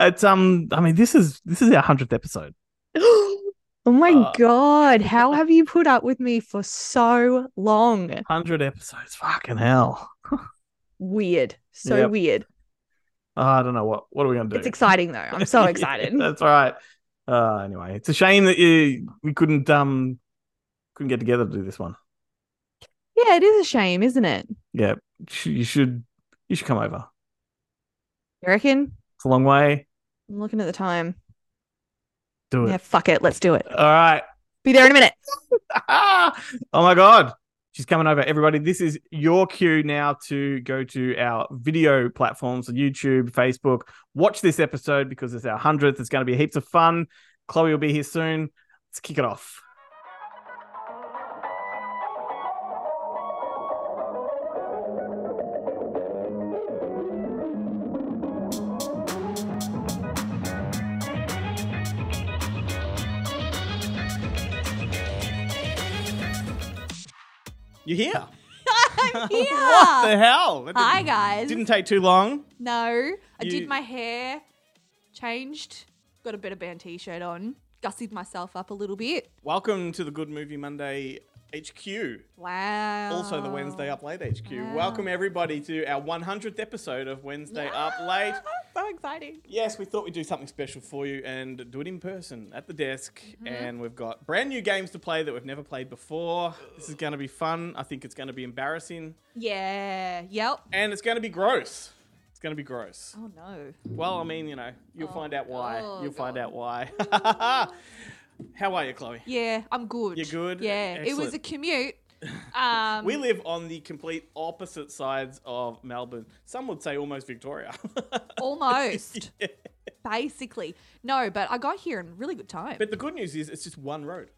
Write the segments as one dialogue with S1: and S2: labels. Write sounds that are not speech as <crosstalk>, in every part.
S1: It's um. I mean, this is this is our hundredth episode.
S2: <gasps> oh my
S1: Uh.
S2: god, how have you put up with me for so long?
S1: Hundred episodes. Fucking hell.
S2: Weird. So
S1: Yep.
S2: weird.
S1: Oh, I don't know what. What are we gonna do?
S2: It's exciting though.
S1: <laughs>
S2: I'm so excited.
S1: That's all right. Uh, anyway, it's a shame that you, we couldn't um couldn't get together to do this one.
S2: yeah, it is a shame, isn't it?
S1: Yeah, sh- you should you should come over.
S2: You reckon?
S1: It's a long way.
S2: I'm looking at the time.
S1: Do it.
S2: Yeah, fuck it. Let's do it.
S1: All right.
S2: Be there in
S1: <laughs>
S2: a minute.
S1: oh my god she's coming over everybody this is your cue now to go to our video platforms youtube facebook watch this episode because it's our 100th it's going to be heaps of fun chloe will be here soon let's kick it off you're here
S2: <laughs> I'm here.
S1: what the hell That
S2: Ah. Hi
S1: didn't-
S2: guys.
S1: didn't take too long
S2: No, I
S1: You-
S2: did my hair, changed, got a better band t-shirt on, gussied myself up a little bit.
S1: welcome to the good movie monday hq
S2: Wow.
S1: also the Wednesday Up Late HQ. Welcome everybody to our 100th episode of Wednesday Up Late.
S2: <laughs> So exciting.
S1: Yes, we thought we'd do something special for you and do it in person at the desk.
S2: Mm-hmm.
S1: And we've got brand new games to play that we've never played before. This is going to be fun. I think it's going to be embarrassing
S2: Yeah. Yep.
S1: and it's going to be gross. It's going to be gross.
S2: Oh no.
S1: Well, I mean, you know, you'll find out why.
S2: oh,
S1: you'll find
S2: God.
S1: out why. <laughs> How are you, Chloe?
S2: Yeah, I'm good.
S1: You're good?
S2: Yeah. It was
S1: Excellent.
S2: a
S1: <laughs>
S2: commute. Um
S1: We live on the complete opposite sides of Melbourne. Some would say almost Victoria. <laughs>
S2: almost. Basically. No, but I got here in really good time.
S1: But the good news is it's just one road.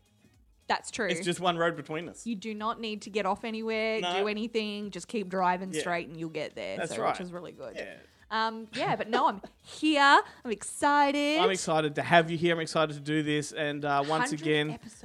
S2: That's true.
S1: It's just one road between us.
S2: you do not need to get off anywhere,
S1: No.
S2: do anything, just keep driving
S1: Yeah.
S2: straight and you'll get there.
S1: That's
S2: so,
S1: right.
S2: which is really good.
S1: Yeah.
S2: Um, yeah, but
S1: <laughs>
S2: no, I'm here. I'm excited.
S1: I'm excited to have you here. I'm excited to do this. And uh, once
S2: 100
S1: again,
S2: episodes.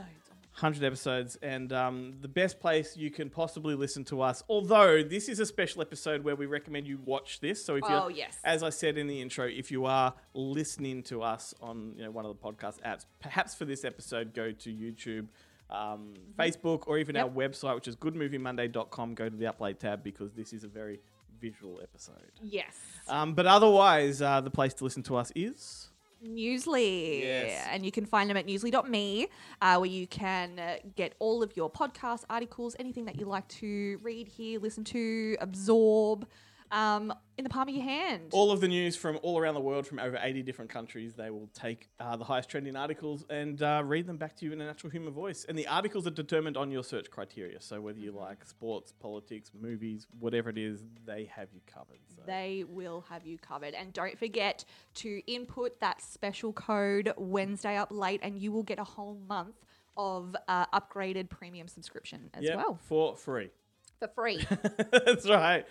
S1: 100 episodes. And um, the best place you can possibly listen to us, although this is a special episode where we recommend you watch this. So if you're,
S2: Oh, yes.
S1: as I said in the intro, if you are listening to us on you know, one of the podcast apps, perhaps for this episode, go to YouTube. Um, Facebook or even
S2: Mm-hmm. Yep.
S1: our website, which is goodmoviemonday.com. Go to the upload tab because this is a very visual episode.
S2: Yes.
S1: Um, but otherwise, uh, the place to listen to us is.
S2: Newsly.
S1: Yes.
S2: And you can find them at newsly.me, uh, where you can uh, get all of your podcast articles, anything that you like to read, hear, listen to, absorb um, in the palm of your hand.
S1: All of the news from all around the world, from over 80 different countries, they will take uh, the highest trending articles and uh, read them back to you in a natural human voice. And the articles are determined on your search criteria. So whether you
S2: Mm-hmm.
S1: like sports, politics, movies, whatever it is, they have you covered. So.
S2: they will have you covered. And don't forget to input that special code Wednesday up late, and you will get a whole month of uh, upgraded premium subscription as
S1: Yep,
S2: well
S1: For free. <laughs>
S2: for free.
S1: That's right.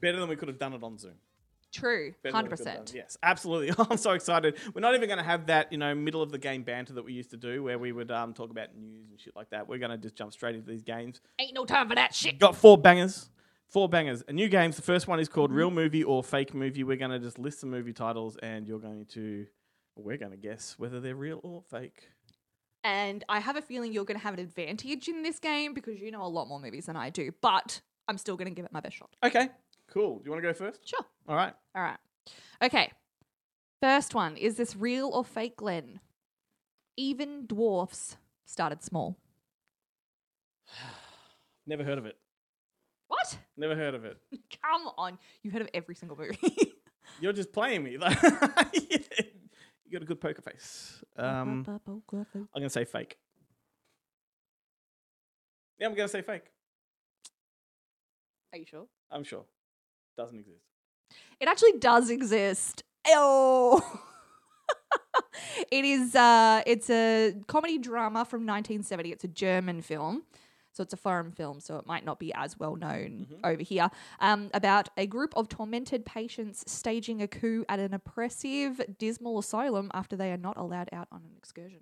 S1: Better than we could have done it on Zoom.
S2: <laughs> True,
S1: Better than
S2: hundred
S1: we could have done.
S2: percent.
S1: Yes, absolutely. <laughs> I'm so excited. We're not even going to have that, you know, middle of the game banter that we used to do, where we would um, talk about news and shit like that. We're going to just jump straight into these games.
S2: Ain't no time for that shit.
S1: Got four bangers, four bangers. A new games. The first one is called Real Movie or Fake Movie. We're going to just list the movie titles, and you're going to, we're going to guess whether they're real or fake.
S2: And I have a feeling you're going to have an advantage in this game because you know a lot more movies than I do. But I'm still going to give it my best shot.
S1: Okay, cool. Do you want to go first?
S2: Sure.
S1: All right.
S2: All right. Okay. First one is this real or fake, Glenn? Even dwarfs started small.
S1: Never heard of it.
S2: What?
S1: Never heard of it.
S2: <laughs> Come on. You heard of every single movie.
S1: You're just playing me. <laughs> you got a good poker face.
S2: <laughs>
S1: Um, I'm gonna say fake. Yeah, I'm gonna say fake.
S2: Are you sure?
S1: I'm sure. Doesn't exist.
S2: It actually does exist. Oh. <laughs> it is uh it's a comedy drama from 1970. It's a German film. So it's a foreign film, so it might not be as well known
S1: Mm-hmm.
S2: over here. Um, about a group of tormented patients staging a coup at an oppressive, dismal asylum after they are not allowed out on an excursion.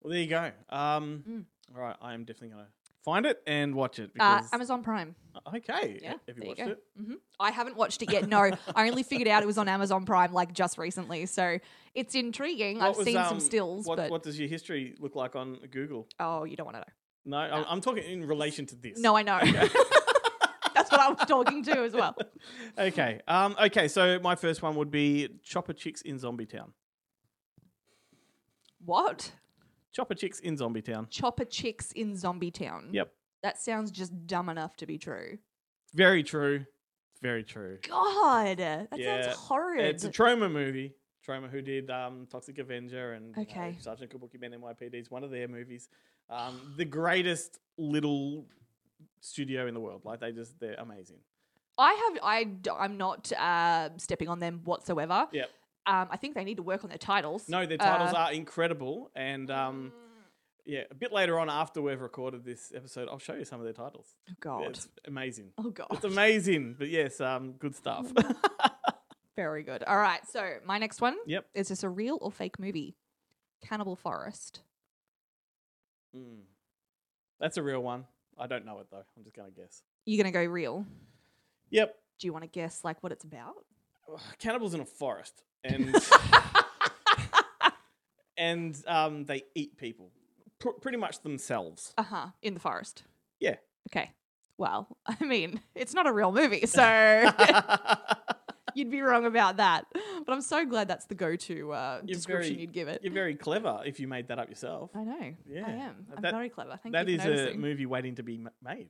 S1: Well, there you go. Um,
S2: Mm.
S1: All right, I am definitely gonna find it and watch it.
S2: Uh,
S1: Because,
S2: Amazon Prime.
S1: okay. e,
S2: Yeah,
S1: Have
S2: there
S1: you
S2: you
S1: watched
S2: go.
S1: it?
S2: hmm I haven't watched it yet. No,
S1: <laughs>
S2: I only figured out it was on Amazon Prime like just recently, so it's intriguing.
S1: What
S2: I've
S1: was,
S2: seen
S1: um,
S2: some stills,
S1: What,
S2: but
S1: what does your history look like on Google?
S2: oh, you don't want to know.
S1: No, I'm, I'm talking in relation to this.
S2: No, I know. <laughs> That's what I was talking to
S1: <laughs>
S2: as well.
S1: Okay. Um. Okay. So my first one would be Chopper Chicks in Zombie Town.
S2: What?
S1: Chopper Chicks in Zombie Town.
S2: Chopper chicks in Zombie Town.
S1: Yep.
S2: That sounds just dumb enough to be true.
S1: Very true. Very true.
S2: God, that
S1: Yeah.
S2: sounds horrid.
S1: It's a trauma movie. Trauma, who did um, Toxic Avenger and uh,
S2: Okay.
S1: Sergeant Kabuki Man NYPD, is one of their movies. Um, the greatest little studio in the world. Like they just, they're amazing.
S2: I have I d- I'm not uh, stepping on them whatsoever.
S1: Yep.
S2: Um, I think they need to work on their titles. Mm.
S1: No, their titles
S2: Uh,
S1: are incredible. And um, yeah, a bit later on after we've recorded this episode, I'll show you some of their titles.
S2: Oh God.
S1: It's amazing.
S2: Oh God.
S1: It's amazing. But yes, um, good stuff.
S2: <laughs> Mm. Very good. All right. So my next one
S1: yep.
S2: is this a real or fake movie? Cannibal Forest.
S1: <laughs> Mm. That's a real one. I don't know it though. I'm just going to guess.
S2: You're gonna go real.
S1: Yep.
S2: Do you want to guess like what it's about?
S1: Ugh, cannibals in a forest
S2: <laughs>
S1: and and um, they eat people pr- pretty much themselves <laughs>
S2: Uh huh. In the forest.
S1: Yeah.
S2: Okay. Well, <laughs> I mean, it's not a
S1: <laughs>
S2: real movie, so <laughs> you'd be wrong about that. But I'm so glad that's the go-to uh,
S1: You're
S2: description
S1: very-
S2: you'd give it.
S1: you're very clever if you made that up yourself
S2: I know.
S1: Yeah.
S2: I am. I'm
S1: That-
S2: very clever. Thank
S1: that
S2: you
S1: is
S2: for
S1: a
S2: noticing.
S1: movie waiting to be ma- made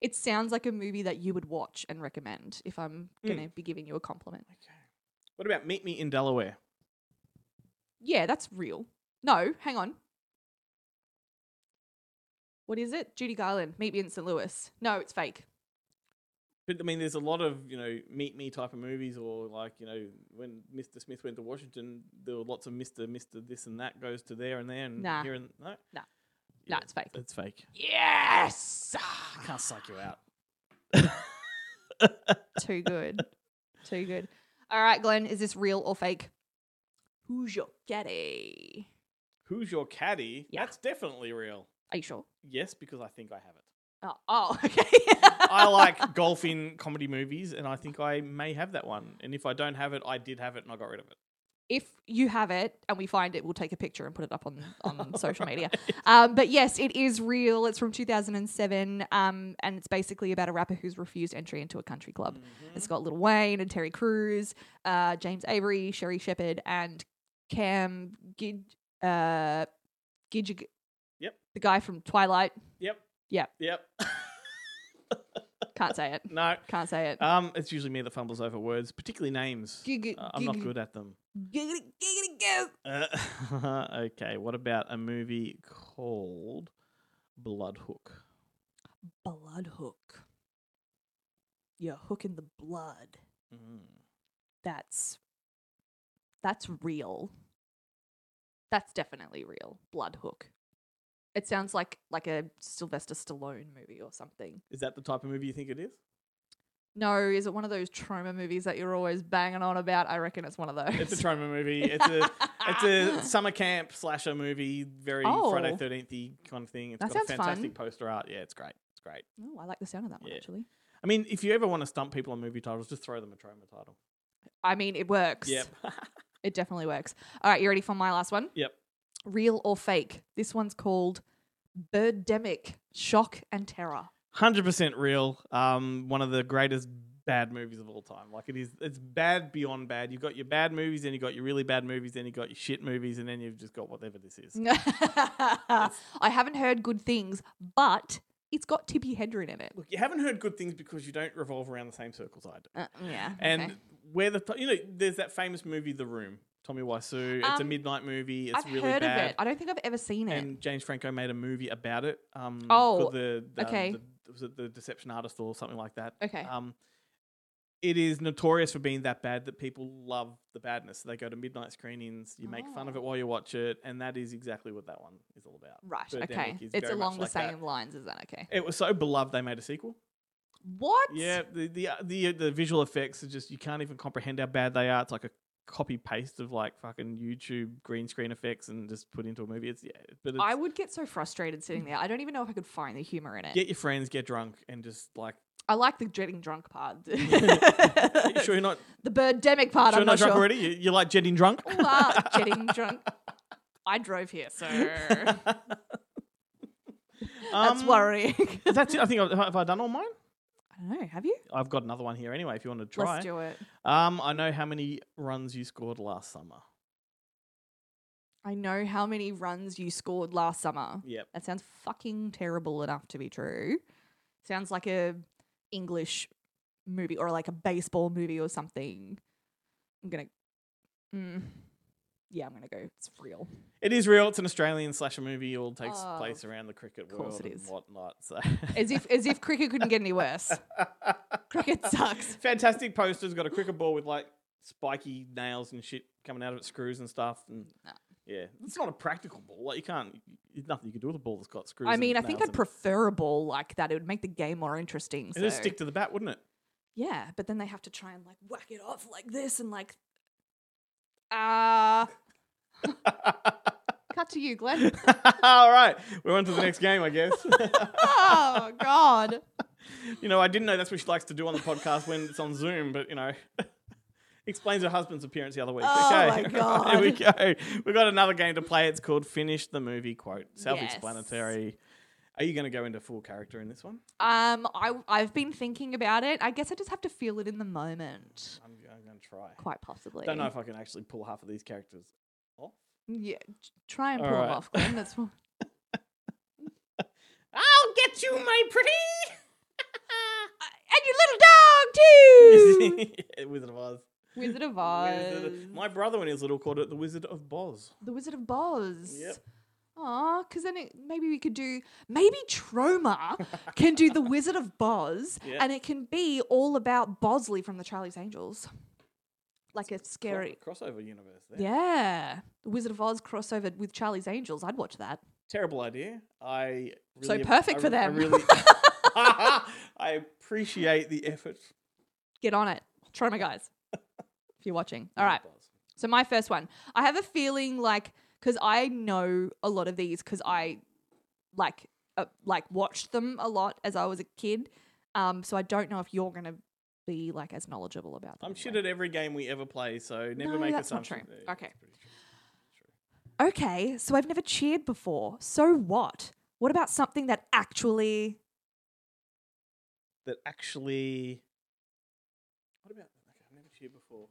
S2: it sounds like a movie that you would watch and recommend if I'm
S1: Mm.
S2: going to be giving you a compliment.
S1: okay what about meet me in delaware
S2: Yeah, that's real. No, hang on. What is it? Judy Garland, Meet Me in St. Louis. No, it's fake.
S1: but i mean there's a lot of you know meet me type of movies or like you know when mr smith went to washington there were lots of mr mr this and that goes to there and there and
S2: Nah.
S1: here and no
S2: Nah.
S1: Yeah,
S2: No, it's fake.
S1: it's fake
S2: Yes!
S1: i can't psych you out
S2: Too good. Too good. All right, Glenn, is this real or fake? Who's your caddy?
S1: who's your caddy
S2: Yeah.
S1: that's definitely real
S2: Are you sure?
S1: Yes, because I think I have
S2: <laughs>
S1: it.
S2: Oh, oh okay.
S1: I like golfing comedy movies, and I think I may have that one. And if I don't have it, I did have it, and I got rid of it.
S2: if you have it and we find it, we'll take a picture and put it up on, <laughs> on social media. Um, but yes, it is real. It's from 2007, um, and it's basically about a rapper who's refused entry into a country club. It's got Lil Wayne and Terry Crews, uh, James Avery, Sherry Shepard, and Cam Gid, uh, Gidg-
S1: Yep.
S2: the guy from Twilight.
S1: Yep.
S2: Yep.
S1: Mm-hmm. Yep. <laughs>
S2: Can't say it.
S1: no.
S2: Can't say it.
S1: Um, it's usually me that fumbles over words, particularly names.
S2: Gig-
S1: Uh, I'm not
S2: gig-
S1: good at them.
S2: Giggity, giggity, go.
S1: Uh, <laughs> okay, what about a movie called Blood Hook?
S2: Blood hook. You're hooking the blood.
S1: Mm.
S2: that's that's real. That's definitely real. Blood hook. It sounds like like a Sylvester Stallone movie or something.
S1: Is that the type of movie you think it is?
S2: No, is it one of those trauma movies that you're always banging on about? I reckon it's one of those.
S1: It's a trauma
S2: <laughs>
S1: movie. It's a it's a summer camp slasher movie, very Friday
S2: Oh.
S1: Thirteenth kind of thing. It's
S2: That
S1: got a
S2: sounds fun.
S1: fantastic poster art. Yeah, it's great. It's great.
S2: <laughs> oh, I like the sound of that one
S1: Yeah.
S2: actually.
S1: I mean, if you ever want to stump people on movie titles, just throw them a trauma title.
S2: I mean, it works.
S1: Yep.
S2: It definitely works. All right, you ready for my last one?
S1: Yep.
S2: Real or fake? This one's called Birdemic: Shock
S1: <laughs>
S2: and Terror.
S1: Hundred percent real. Um, one of the greatest bad movies of all time. Like it is it's bad beyond bad. You've got your bad movies, then you've got your really bad movies, then you've got your shit movies, and then you've just got whatever this
S2: Mm.
S1: is.
S2: I haven't heard good things, but it's got Tippi Hedren in it.
S1: Look, you haven't heard good things because you don't revolve around the same circles I do.
S2: Uh, yeah.
S1: And
S2: okay.
S1: where the you know, there's that famous movie The Room, Tommy Wiseau. It's a
S2: Um,
S1: midnight movie, it's
S2: I've
S1: really
S2: heard
S1: bad.
S2: of it. I don't think I've ever seen it.
S1: and James Franco made a movie about it. Um,
S2: Oh,
S1: called the, the-
S2: okay.
S1: the- was it the Deception Artist or something like that?
S2: Okay.
S1: Um, it is notorious for being that bad that people love the badness. They go to midnight screenings. You make fun of
S2: Oh.
S1: it while you watch it, and that is exactly what that one is all about.
S2: right.
S1: Birdemic
S2: Okay.
S1: is
S2: It's
S1: very
S2: along
S1: much
S2: the
S1: like that.
S2: same lines as that. Okay.
S1: It was so beloved they made a sequel.
S2: What?
S1: uh, Yeah, the the the, the visual effects are just you can't even comprehend how bad they are. It's like a copy paste of like fucking YouTube green screen effects and just put into a movie. It's yeah, but it's,
S2: I would get so frustrated sitting there. I don't even know if I could find the humor in it.
S1: get your friends, get drunk, and just like <laughs>
S2: I like the getting drunk part.
S1: Are you sure
S2: <laughs> the
S1: you're not
S2: birdemic part.
S1: sure you're
S2: I'm
S1: not
S2: not
S1: drunk
S2: sure.
S1: already? You, you like getting drunk?
S2: All are ah, getting drunk. I drove here,
S1: <laughs>
S2: so that's
S1: Um,
S2: worrying. <laughs> I
S1: That's it. I think I've, have I done all mine?
S2: don't know. Have you?
S1: I've got another one here anyway. If you want to try,
S2: Let's do it.
S1: um, I know how many runs you scored last summer.
S2: I know how many runs you scored last summer.
S1: Yep.
S2: That sounds fucking terrible enough to be true. Sounds like a English movie or like a baseball movie or something. I'm gonna. Mm. Yeah, I'm gonna go. It's real.
S1: It is real. It's an Australian slasher movie. All takes
S2: Oh,
S1: place around the cricket
S2: of course
S1: world
S2: it
S1: and
S2: is.
S1: whatnot. So <laughs>
S2: As if as if cricket couldn't get any worse. cricket sucks.
S1: fantastic posters. Got a cricket ball with like spiky nails and shit coming out of it, screws and stuff. And
S2: No.
S1: yeah, it's not a practical ball. Like you can't. There's nothing you can do with a ball that's got screws.
S2: I
S1: and
S2: mean, I think
S1: nails
S2: I'd
S1: in it.
S2: prefer a ball like that. It would make the game more interesting.
S1: It'd just
S2: so-
S1: stick to the bat, wouldn't it? <laughs>
S2: yeah, but then they have to try and like whack it off like this and like. Ah, cut to you, <laughs> Glenn.
S1: All right, we're on to the next game, I guess. <laughs>
S2: oh God.
S1: you know, I didn't know that's what she likes to do on the podcast when it's on Zoom, but you know, <laughs> explains her husband's appearance the other week.
S2: Oh,
S1: okay, <laughs>
S2: my
S1: here we go. We've got another game to play. It's called Finish the Movie Quote. Self-explanatory. Are you going to go into full character in this one?
S2: Um, I I've been thinking about it. I guess I just have to feel it in the moment.
S1: I'm, I'm going to try.
S2: Quite possibly.
S1: Don't know if I can actually pull half of these characters off.
S2: Yeah, t- try and
S1: All
S2: pull them
S1: right.
S2: off,
S1: <laughs>
S2: Glenn. That's what.
S1: I'll get you, my
S2: Uh, and your
S1: <laughs>
S2: little dog
S1: <laughs>
S2: too.
S1: Wizard of Oz.
S2: Wizard of Oz.
S1: Wizard of- My brother, when he was little, called it the Wizard of Boz.
S2: The Wizard of Boz.
S1: Yep.
S2: Aw, because then it, maybe we could do maybe Troma can do the Wizard of Boz,
S1: Yeah.
S2: and it can be all about Bosley from the Charlie's Angels, like a
S1: Cro-
S2: scary.
S1: crossover universe. There.
S2: Yeah, the Wizard of Oz crossover with Charlie's Angels. I'd watch that.
S1: Terrible idea. I really
S2: So
S1: ap-
S2: perfect
S1: I
S2: for
S1: re- I
S2: them. <laughs>
S1: really, <laughs> I appreciate the effort.
S2: Get on it, Troma guys. if you're watching, all right.
S1: Boz.
S2: So my first one, I have a feeling like because I know a lot of these because I like uh, like watched them a lot as I was a kid. Um, so I don't know if you're gonna be like as knowledgeable about them.
S1: I'm shit at every game we ever play, so never
S2: No,
S1: make
S2: that's not
S1: assumptions.
S2: true.
S1: Yeah, that's
S2: Okay.
S1: pretty true.
S2: Okay, so I've never cheered before. So what? What about something that actually?
S1: That actually. What about? Okay, I've never cheered before.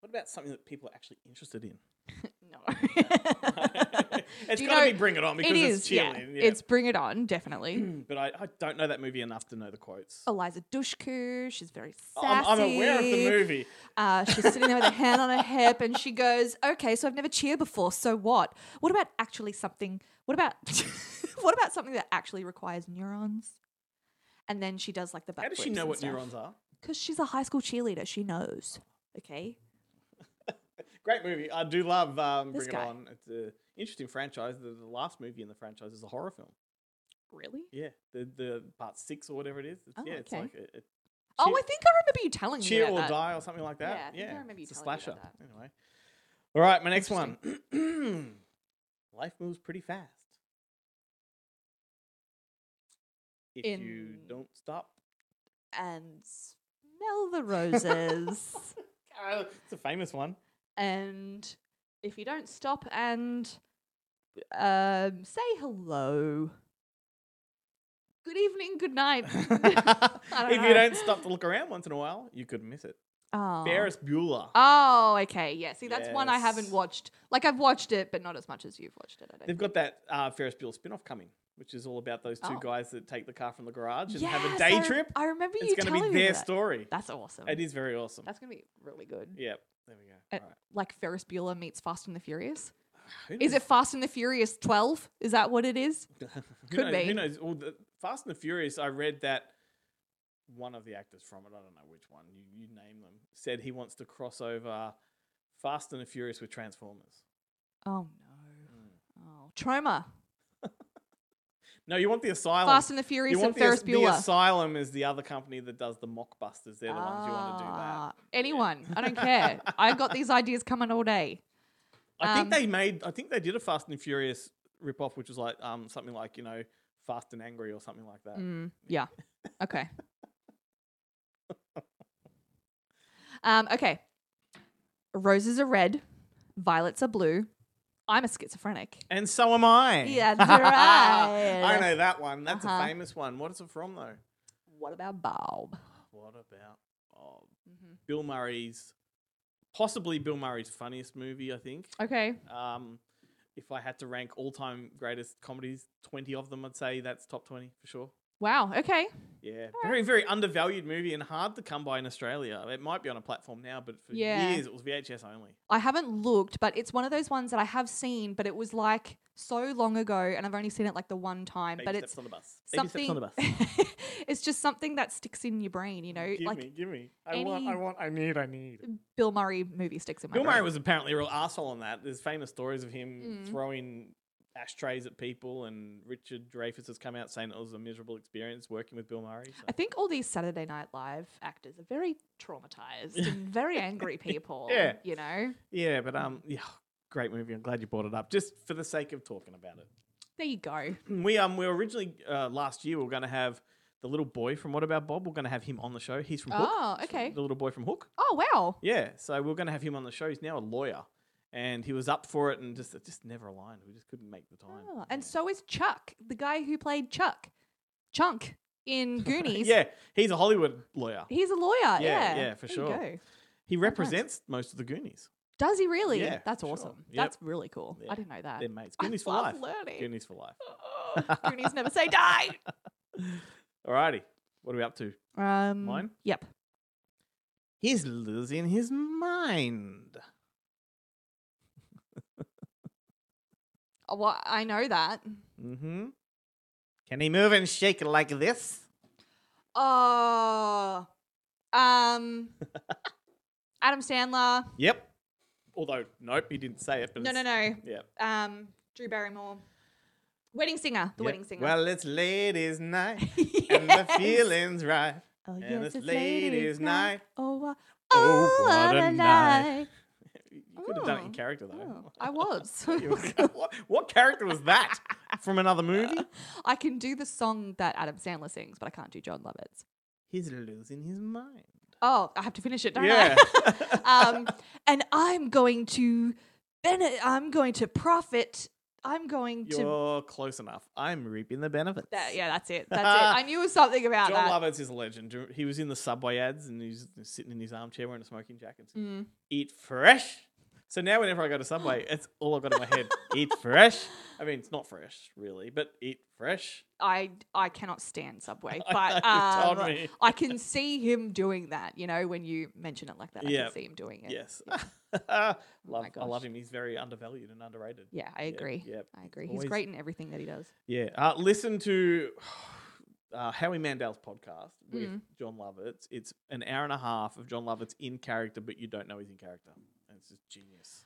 S1: What about something that people are actually interested
S2: <laughs>
S1: in? <laughs>
S2: No.
S1: it's
S2: Do you
S1: got to
S2: know-
S1: be Bring It On because
S2: it is.
S1: it's
S2: yeah.
S1: cheerleading.
S2: it's Bring It On, definitely.
S1: <clears throat> but I, I don't know that movie enough to know the quotes.
S2: Eliza Dushku, she's very Oh, sassy.
S1: I'm, I'm aware of the movie.
S2: Uh, she's sitting there with her hand on her hip, and she goes, "Okay, so I've never cheered before. So what? What about actually something? What about <laughs> what about something that actually requires neurons?" And then she does like the backflips.
S1: How does she know what neurons are?
S2: Because she's a high school cheerleader. She knows. Okay.
S1: Great movie. I do love um,
S2: This
S1: Bring It
S2: guy.
S1: On. It's an interesting franchise. The, the last movie in the franchise is a horror film.
S2: Really?
S1: Yeah, the the part six or whatever it is. It's,
S2: Oh,
S1: yeah, it's
S2: okay.
S1: like a, a
S2: Oh,
S1: Cheer-
S2: I think I remember you telling me
S1: cheer
S2: about
S1: or
S2: that.
S1: die or something like that.
S2: Yeah, I think I remember you
S1: it's a
S2: telling me about
S1: slasher.
S2: that.
S1: Anyway, all right, my next one. <clears throat> Life moves pretty fast. If you
S2: In-
S1: don't stop,
S2: And smell the roses.
S1: Ah, it's a famous
S2: <laughs>
S1: one.
S2: and if you don't stop and um, say hello, good evening,
S1: <laughs>
S2: good night. <laughs>
S1: if
S2: know.
S1: you don't stop to look around once in a while, you could miss it.
S2: oh.
S1: Ferris Bueller.
S2: Oh, okay. Yeah. See, that's one I haven't
S1: Yes.
S2: watched. Like I've watched it, but not as much as you've watched it. I don't.
S1: They've got that uh, Ferris Bueller spin off coming, which is all about those two
S2: Oh.
S1: guys that take the car from the garage and
S2: Yes,
S1: have a day
S2: I re-
S1: trip.
S2: I remember you
S1: it's going to
S2: telling
S1: be
S2: me
S1: their
S2: that.
S1: story.
S2: That's awesome.
S1: It is very awesome.
S2: That's gonna be really good.
S1: Yep. There we go.
S2: Uh,
S1: All right.
S2: Like Ferris Bueller meets Fast and the Furious.
S1: Who
S2: Is
S1: knows?
S2: it Fast and the Furious Twelve? Is that what it is?
S1: <laughs> who
S2: could
S1: knows,
S2: be.
S1: Who knows? Well, the Fast and the Furious, I read that one of the actors from it, I don't know which one, you, you name them, said he wants to cross over Fast and the Furious with Transformers.
S2: Oh no. Oh, trauma.
S1: No, you want the asylum.
S2: Fast and the Furious
S1: you
S2: and
S1: want the,
S2: Ferris
S1: the
S2: Bueller.
S1: asylum is the other company that does the mockbusters. They're the ones you want to do that.
S2: Ah, Anyone. I don't care. I've got these ideas coming all day.
S1: I
S2: Um,
S1: think they made. I think they did a Fast and Furious ripoff, which was like um something like you know Fast and Angry or something like that.
S2: Mm, yeah. Okay. um, okay. Roses are red, violets are blue. I'm a schizophrenic.
S1: And so am I. <laughs>
S2: Yeah, that's right.
S1: I know that one. That's
S2: Uh-huh.
S1: a famous one. What is it from though?
S2: What about Bob?
S1: What about oh,
S2: Mhm.
S1: Bill Murray's? Possibly Bill Murray's funniest movie, I think.
S2: Okay.
S1: Um, if I had to rank all-time greatest comedies, twenty of them, I'd say that's top twenty for sure.
S2: Wow. Okay.
S1: Yeah, very very undervalued movie and hard to come by in Australia. It might be on a platform now, but for
S2: Yeah.
S1: years it was VHS only.
S2: I haven't looked, but it's one of those ones that I have seen, but it was like so long ago, and I've only seen it like the one time.
S1: Baby
S2: but
S1: steps
S2: it's
S1: on the bus. Baby
S2: something.
S1: steps on the bus.
S2: it's just something that sticks in your brain, <laughs> you know,
S1: give
S2: like
S1: me, give me. I
S2: any- Mm.
S1: want, I want, I need, I need.
S2: Bill Murray movie sticks in my
S1: Bill
S2: brain.
S1: Murray was apparently a real asshole on that. There's famous stories of him
S2: Mm.
S1: throwing ashtrays at people, and Richard Dreyfuss has come out saying it was a miserable experience working with Bill Murray. So.
S2: I think all these Saturday Night Live actors are very
S1: <laughs>
S2: traumatized and very angry people.
S1: Yeah.
S2: You know?
S1: Yeah, but um, yeah, great movie. I'm glad you brought it up, just for the sake of talking about it.
S2: There you go.
S1: We um we were originally uh, last year we were going to have the little boy from What About Bob. We're going to have him on the show. He's from Hook.
S2: Oh, okay.
S1: The little boy from Hook.
S2: Oh, wow.
S1: Yeah, so we we're going to have him on the show. He's now a lawyer, and he was up for it, and just it just never aligned. We just couldn't make the time.
S2: Oh, and so is Chuck, the guy who played Chuck, Chunk
S1: <laughs>
S2: in Goonies.
S1: yeah, he's a Hollywood lawyer.
S2: He's a lawyer. Yeah.
S1: yeah, for
S2: There you
S1: sure.
S2: go.
S1: He represents most of the Goonies.
S2: Does he really?
S1: Yeah,
S2: That's
S1: for sure.
S2: awesome.
S1: Yep.
S2: That's really cool.
S1: Yeah.
S2: I didn't know that.
S1: They're mates.
S2: I
S1: Goonies for
S2: love
S1: life.
S2: learning.
S1: Goonies for life.
S2: Oh, <laughs> Goonies never say die.
S1: Alrighty, what are we up to? <laughs>
S2: Um,
S1: Mine?
S2: Yep.
S1: He's losing his mind.
S2: Oh, well, I know that.
S1: Mm-hmm. Can he move and shake like this?
S2: Oh,
S1: <laughs>
S2: um, Adam Sandler.
S1: Yep. Although, nope, he didn't say it. But
S2: No, no,
S1: it's-
S2: no.
S1: Yeah.
S2: Um, Drew Barrymore. Wedding singer. The
S1: Yep.
S2: wedding singer. <laughs>
S1: Well, it's ladies' night
S2: yes.
S1: and the feeling's right.
S2: Oh,
S1: and it's ladies' night.
S2: Oh, uh,
S1: Oh,
S2: oh,
S1: what
S2: what
S1: a
S2: a
S1: night. You could have done it in
S2: Oh.
S1: character
S2: Oh,
S1: though.
S2: I was.
S1: <laughs> You were- what, what character was that from another movie?
S2: <laughs> I can do the song that Adam Sandler sings, but I can't do John Lovett's.
S1: <laughs> He's losing his mind.
S2: Oh, I have to finish it, don't <laughs>
S1: Yeah.
S2: I? um, and I'm going to bene- I'm going to profit. I'm going to
S1: You're close enough. I'm reaping the benefits.
S2: That, yeah, that's it.
S1: <laughs>
S2: That's it. I knew it was something about
S1: John
S2: that.
S1: Lovitz is a legend. Do you- He was in the subway ads and he's sitting in his armchair wearing a smoking jacket.
S2: Mm.
S1: Eat fresh. So now whenever I go to
S2: <gasps>
S1: Subway, it's all I've got in my head. eat fresh. I mean, it's not fresh, really, but eat fresh. <laughs>
S2: I I cannot stand Subway,
S1: I
S2: but
S1: know, you told
S2: um, <laughs>
S1: me.
S2: I can see him doing that. You know, when you mention it like that, I
S1: Yeah.
S2: can see him doing it.
S1: Yes. <laughs> love,
S2: Oh my
S1: I love
S2: gosh.
S1: him. He's very undervalued and underrated.
S2: Yeah, I agree.
S1: yep.
S2: I agree.
S1: Always-
S2: He's great in everything that
S1: <sighs>
S2: he does.
S1: Yeah. Uh, listen to <sighs> uh, Howie Mandel's podcast with
S2: Mm.
S1: John Lovitz. It's an hour and a half of John Lovitz in character, but you don't know he's in character. And it's just genius.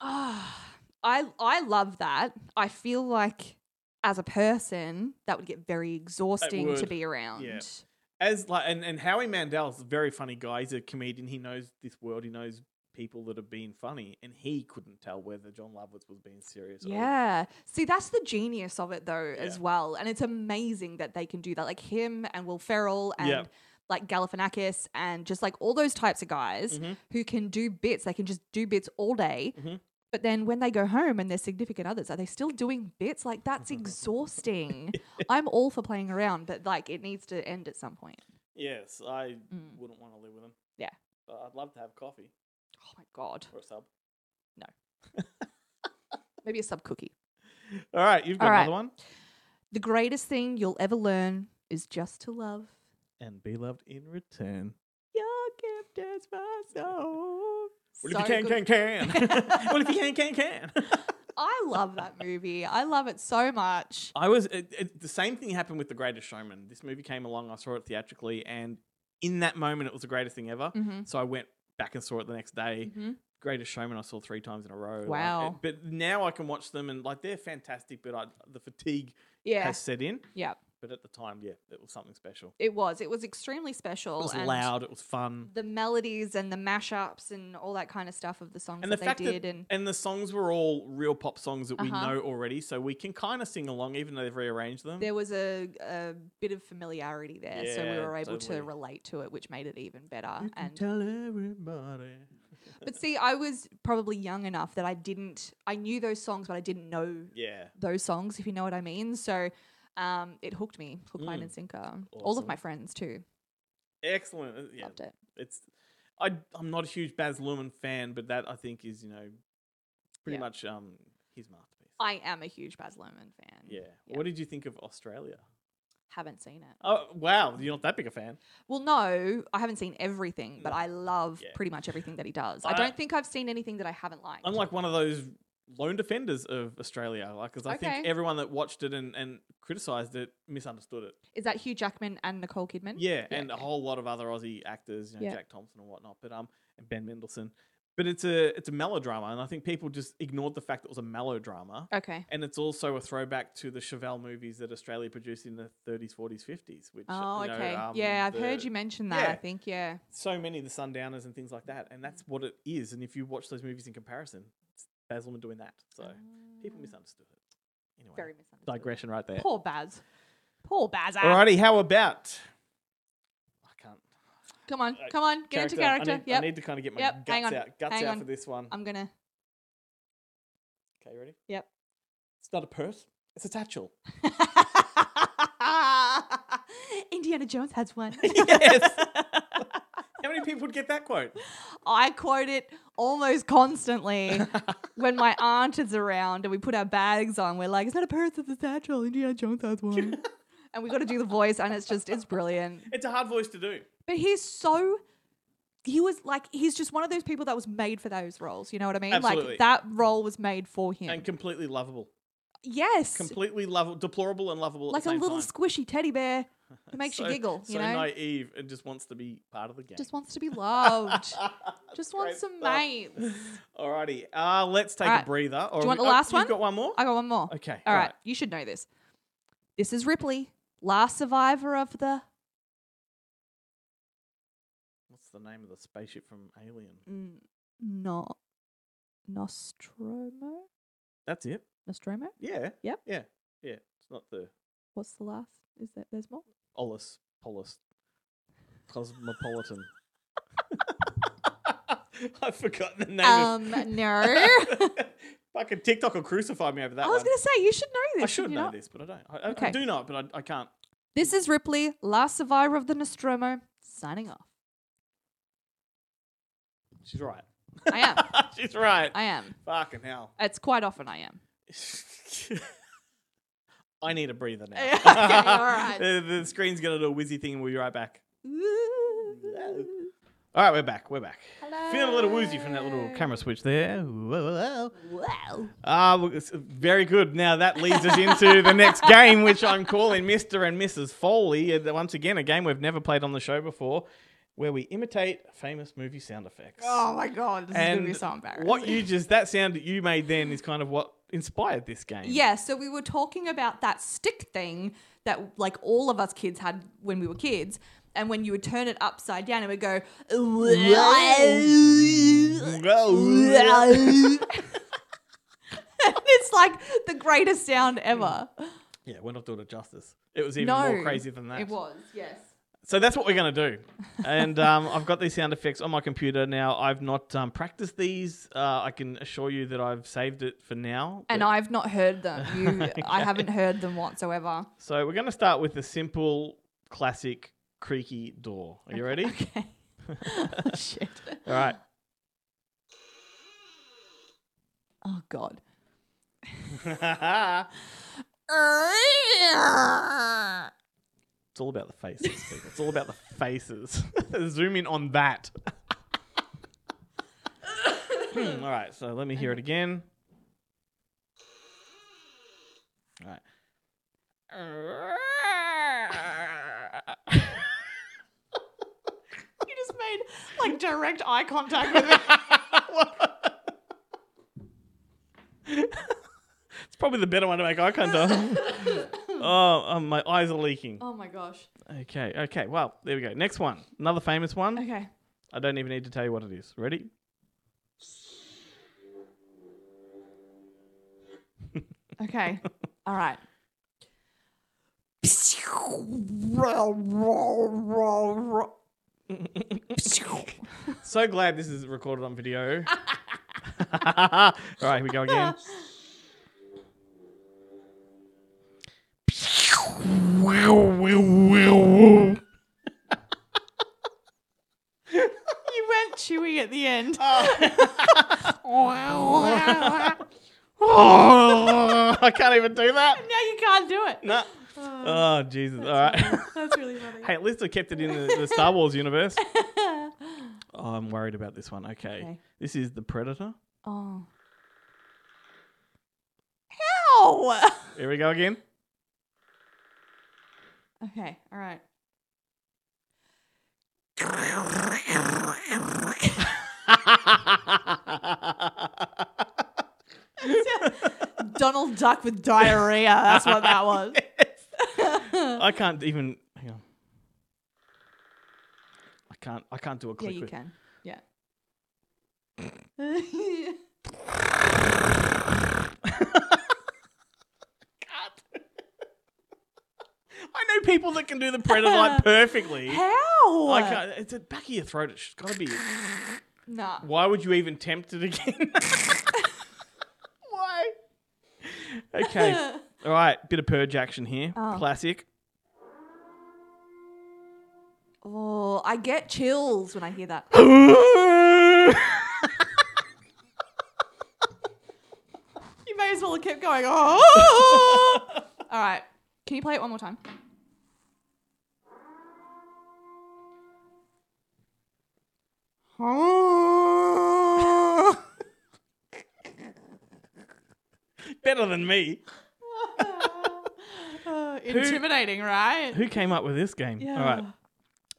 S2: Ah, I I love that. I feel like as a person, that would get very exhausting to
S1: would.
S2: be around.
S1: As like, and, and Howie Mandel's a very funny guy. He's a comedian. He knows this world. He knows people that are being funny, and he couldn't tell whether John Lovitz was being serious. or-
S2: Yeah. See, that's the genius of it though, as
S1: Yeah.
S2: well. And it's amazing that they can do that. Like him and Will Ferrell and
S1: Yeah.
S2: like Galifianakis and just like all those types of guys
S1: Mhm.
S2: who can do bits. They can just do bits all day.
S1: Mhm.
S2: But then when they go home and their significant others, are they still doing bits?
S1: <laughs>
S2: Like that's exhausting. I'm all for playing around, but like it needs to end at some point.
S1: Yes, I
S2: Mm.
S1: wouldn't want to live with him.
S2: Yeah.
S1: But I'd love to have coffee
S2: Oh my God.
S1: or a sub.
S2: Maybe a sub cookie.
S1: All right, you've got
S2: All right.
S1: another one.
S2: The greatest thing you'll ever learn is just to love.
S1: And be loved in return.
S2: Your gift is my soul.
S1: Well,
S2: So
S1: if you can,
S2: good.
S1: can,
S2: <laughs>
S1: can. well, if you can, can, can.
S2: I love that movie. I love it so much.
S1: I was it, it, the same thing happened with The Greatest Showman. This movie came along. I saw it theatrically, and in that moment, it was the greatest thing ever.
S2: Mhm.
S1: So I went back and saw it the next day.
S2: Mhm.
S1: Greatest Showman I saw three times in a row. like,
S2: Wow.
S1: it- but now I can watch them and like they're fantastic, but I, the fatigue
S2: Yeah.
S1: has set in.
S2: Yeah.
S1: But at the time, yeah, it was something special.
S2: It was. It was extremely special.
S1: It was
S2: and
S1: loud. It was fun.
S2: The melodies and the mashups and all that kind of stuff of the songs
S1: And the
S2: that
S1: fact
S2: they
S1: that
S2: did. and
S1: And the songs were all real pop songs that we
S2: Mm-hmm. Uh-huh.
S1: know already, so we can kind of sing along, even though they've rearranged them.
S2: there was a, a bit of familiarity there. so we
S1: Mm-hmm. Yeah,
S2: were able
S1: totally.
S2: to relate to it, which made it even better.
S1: You can
S2: uh, And
S1: tell everybody.
S2: But see, I was probably young enough that I didn't, I knew those songs, but I didn't know
S1: Yeah.
S2: those songs, if you know what I mean. So um, it hooked me, hook, line,
S1: Mm.
S2: and sinker. All of
S1: Awesome.
S2: my friends too
S1: Excellent. Uh, Yeah,
S2: loved it.
S1: it's I I'm not a huge Baz Luhrmann fan, but that I think is you know pretty
S2: Yeah.
S1: much um his masterpiece.
S2: I am a huge Baz Luhrmann fan.
S1: yeah.
S2: Mm, yeah.
S1: What did you think of Australia?
S2: Haven't seen it.
S1: Oh wow, you're not that big a fan.
S2: Well, no, I haven't seen everything, but
S1: No.
S2: I love
S1: Yeah.
S2: pretty much everything that he does. I,
S1: I-
S2: don't think I've seen anything that I haven't liked.
S1: I'm like one of those lone defenders of Australia, like because I think
S2: Okay.
S1: everyone that watched it and and criticised it misunderstood it.
S2: Is that Hugh Jackman and Nicole Kidman? <laughs>
S1: Yeah,
S2: Yeah,
S1: and a
S2: okay.
S1: whole lot of other Aussie actors, you know,
S2: Yeah.
S1: Jack Thompson and whatnot, but um, and Ben Mendelsohn. But it's a it's a melodrama, and I think people just ignored the fact that it was a melodrama,
S2: Okay.
S1: and it's also a throwback to the Chevelle movies that Australia produced in the 30s, 40s, 50s. Which
S2: Oh,
S1: you know,
S2: okay.
S1: um,
S2: yeah, I've heard
S1: the-
S2: you mention that. I
S1: Yeah.
S2: think, yeah.
S1: so many the Sundowners and things like that, and that's what it is. And if you watch those movies in comparison, it's Baz Luhrmann doing that, so people
S2: Ah,
S1: misunderstood it. Anyway,
S2: Mm, Very misunderstood.
S1: digression right there.
S2: Poor Baz. Poor Baz.
S1: Alrighty, how about? I can't.
S2: Come on,
S1: Uh,
S2: come on, get into character.
S1: I need,
S2: yep.
S1: I need to kind of get my
S2: Yep, hang
S1: guts
S2: on,
S1: out, guts
S2: hang
S1: out
S2: on.
S1: for this one.
S2: I'm gonna.
S1: okay, you ready? <laughs>
S2: Yep.
S1: It's not a purse. It's a
S2: <laughs>
S1: satchel.
S2: Indiana Jones has one. <laughs>
S1: yes. How many people would get that quote?
S2: I quote it
S1: <laughs>
S2: almost constantly when my aunt is around and we put our bags on. We're like, it's not a purse, it's a satchel. Indiana Jones
S1: <laughs>
S2: has one. and we got to do the voice, and it's just, it's brilliant.
S1: It's a hard voice to do.
S2: But he's so. He was like, he's just one of those people that was made for those roles. You know what I mean?
S1: Absolutely.
S2: Like, that role was made for him.
S1: And completely lovable.
S2: yes.
S1: Completely lovable, deplorable and lovable. at
S2: like
S1: the
S2: a
S1: same
S2: little
S1: time.
S2: squishy
S1: <laughs>
S2: teddy bear who makes
S1: So-
S2: you giggle, you
S1: so
S2: know?
S1: naive and just wants to be part of the game. <laughs>
S2: Just wants to be loved.
S1: That's
S2: just
S1: great
S2: wants some
S1: stuff.
S2: mates.
S1: Alrighty, uh, let's take a
S2: Alright.
S1: breather. Or
S2: you
S1: we-
S2: want the
S1: oh,
S2: last
S1: You've
S2: one?
S1: got one more.
S2: I got one more.
S1: okay.
S2: All right, you should know this. This is Ripley, last survivor of the.
S1: What's the name of the spaceship from Alien?
S2: Mm, no. Nostromo?
S1: That's it.
S2: Nostromo?
S1: Yeah.
S2: Yep.
S1: Yeah. Yeah. It's not the
S2: What's the last? Is there, there's more?
S1: Ollis Polis Cosmopolitan. <laughs> I've forgotten the name. <laughs>
S2: Um, no. I
S1: of... <laughs> Fucking TikTok will crucify me over that
S2: was
S1: one.
S2: going to say, you should know this.
S1: I
S2: should
S1: should
S2: you
S1: know
S2: not?
S1: this, but I don't. I, I- I
S2: Okay.
S1: do know it, but I, I can't.
S2: This is Ripley, last survivor of the Nostromo, signing off.
S1: She's right. <laughs>
S2: I am.
S1: She's right.
S2: I am.
S1: Fucking hell. <laughs>
S2: It's quite often I am.
S1: I need a breather now.
S2: <laughs> Okay, all
S1: <laughs>
S2: right.
S1: the, the screen's going to do a whizzy thing and we'll be right back. All right, we're back. We're back. Feeling a little woozy from that little camera switch there. Whoa.
S2: Wow.
S1: Ah, well, it's very good. Now that leads us into the next game, which I'm calling Mr. and Mrs. Foley. And Once again, a game we've never played on the show before, where we imitate famous movie sound effects.
S2: Oh my god, this is
S1: and
S2: gonna be so embarrassing.
S1: what you just that sound that you made then is kind of what inspired this game.
S2: yeah, so we were talking about that stick thing that like all of us kids had when we were kids, and when you would turn it upside down, it would go. <laughs>
S1: Whoa.
S2: <laughs> it's like the greatest sound ever.
S1: Yeah, we're not doing it justice. It was even
S2: No,
S1: more crazy than that.
S2: It was, yes.
S1: So that's what we're going to do. And um, I've got these sound effects on my computer now. I've not um, practiced these. Uh, I can assure you that I've saved it for now.
S2: And
S1: But-
S2: I've not heard them. <laughs> You, I haven't heard them whatsoever.
S1: so we're going to start with the simple, classic, creaky door. Are you ready?
S2: <laughs> Okay. Oh, Shit.
S1: All right. <laughs>
S2: Oh <laughs> god.
S1: it's all about the faces, people. It's all about the faces. <laughs> Zoom in on that. Hmm, all right. So let me hear it again. All right.
S2: <laughs> You just made like direct eye contact with me.
S1: What? It's probably the better one to make eye contact. on. oh, oh, my eyes are leaking.
S2: Oh my gosh.
S1: Okay, okay. Well, there we go. Next one. Another famous one.
S2: Okay.
S1: I don't even need to tell you what it is. Ready?
S2: <laughs> Okay. All right.
S1: So glad this is recorded on video. All right, here we go again. <laughs>
S2: You went chewy at the end.
S1: Oh, I can't even do that.
S2: now you can't do it.
S1: No. Oh, Jesus. All right.
S2: That's really
S1: <laughs>
S2: funny. <laughs>
S1: Hey, at least I kept it in the, the Star Wars universe. Oh, I'm worried about this one. Okay.
S2: Okay.
S1: This is The Predator.
S2: Oh. Ow!
S1: Here we go
S2: <laughs>
S1: again.
S2: Okay, all right. Donald Duck with diarrhea. That's what that <laughs> was.
S1: I can't even. Hang on. I can't. I can't do a
S2: yeah,
S1: click.
S2: you
S1: with-
S2: can. <laughs>
S1: <laughs>
S2: Yeah.
S1: I know people that can do the predator
S2: <laughs>
S1: like perfectly.
S2: How?
S1: I can't. It's at the back of your throat. It's got to be.
S2: <laughs> Nah.
S1: Why would you even tempt it again? <laughs> Why?
S2: <laughs>
S1: Okay. All right. Bit of purge action here.
S2: Oh. <laughs>
S1: Classic. <laughs>
S2: Oh, I get chills when I hear that. You may as well have kept going. <laughs> Oh. All right. Can you play it one
S1: <laughs>
S2: more time?
S1: <laughs> Better than me.
S2: Uh, intimidating, right?
S1: Who came up with this game? All right.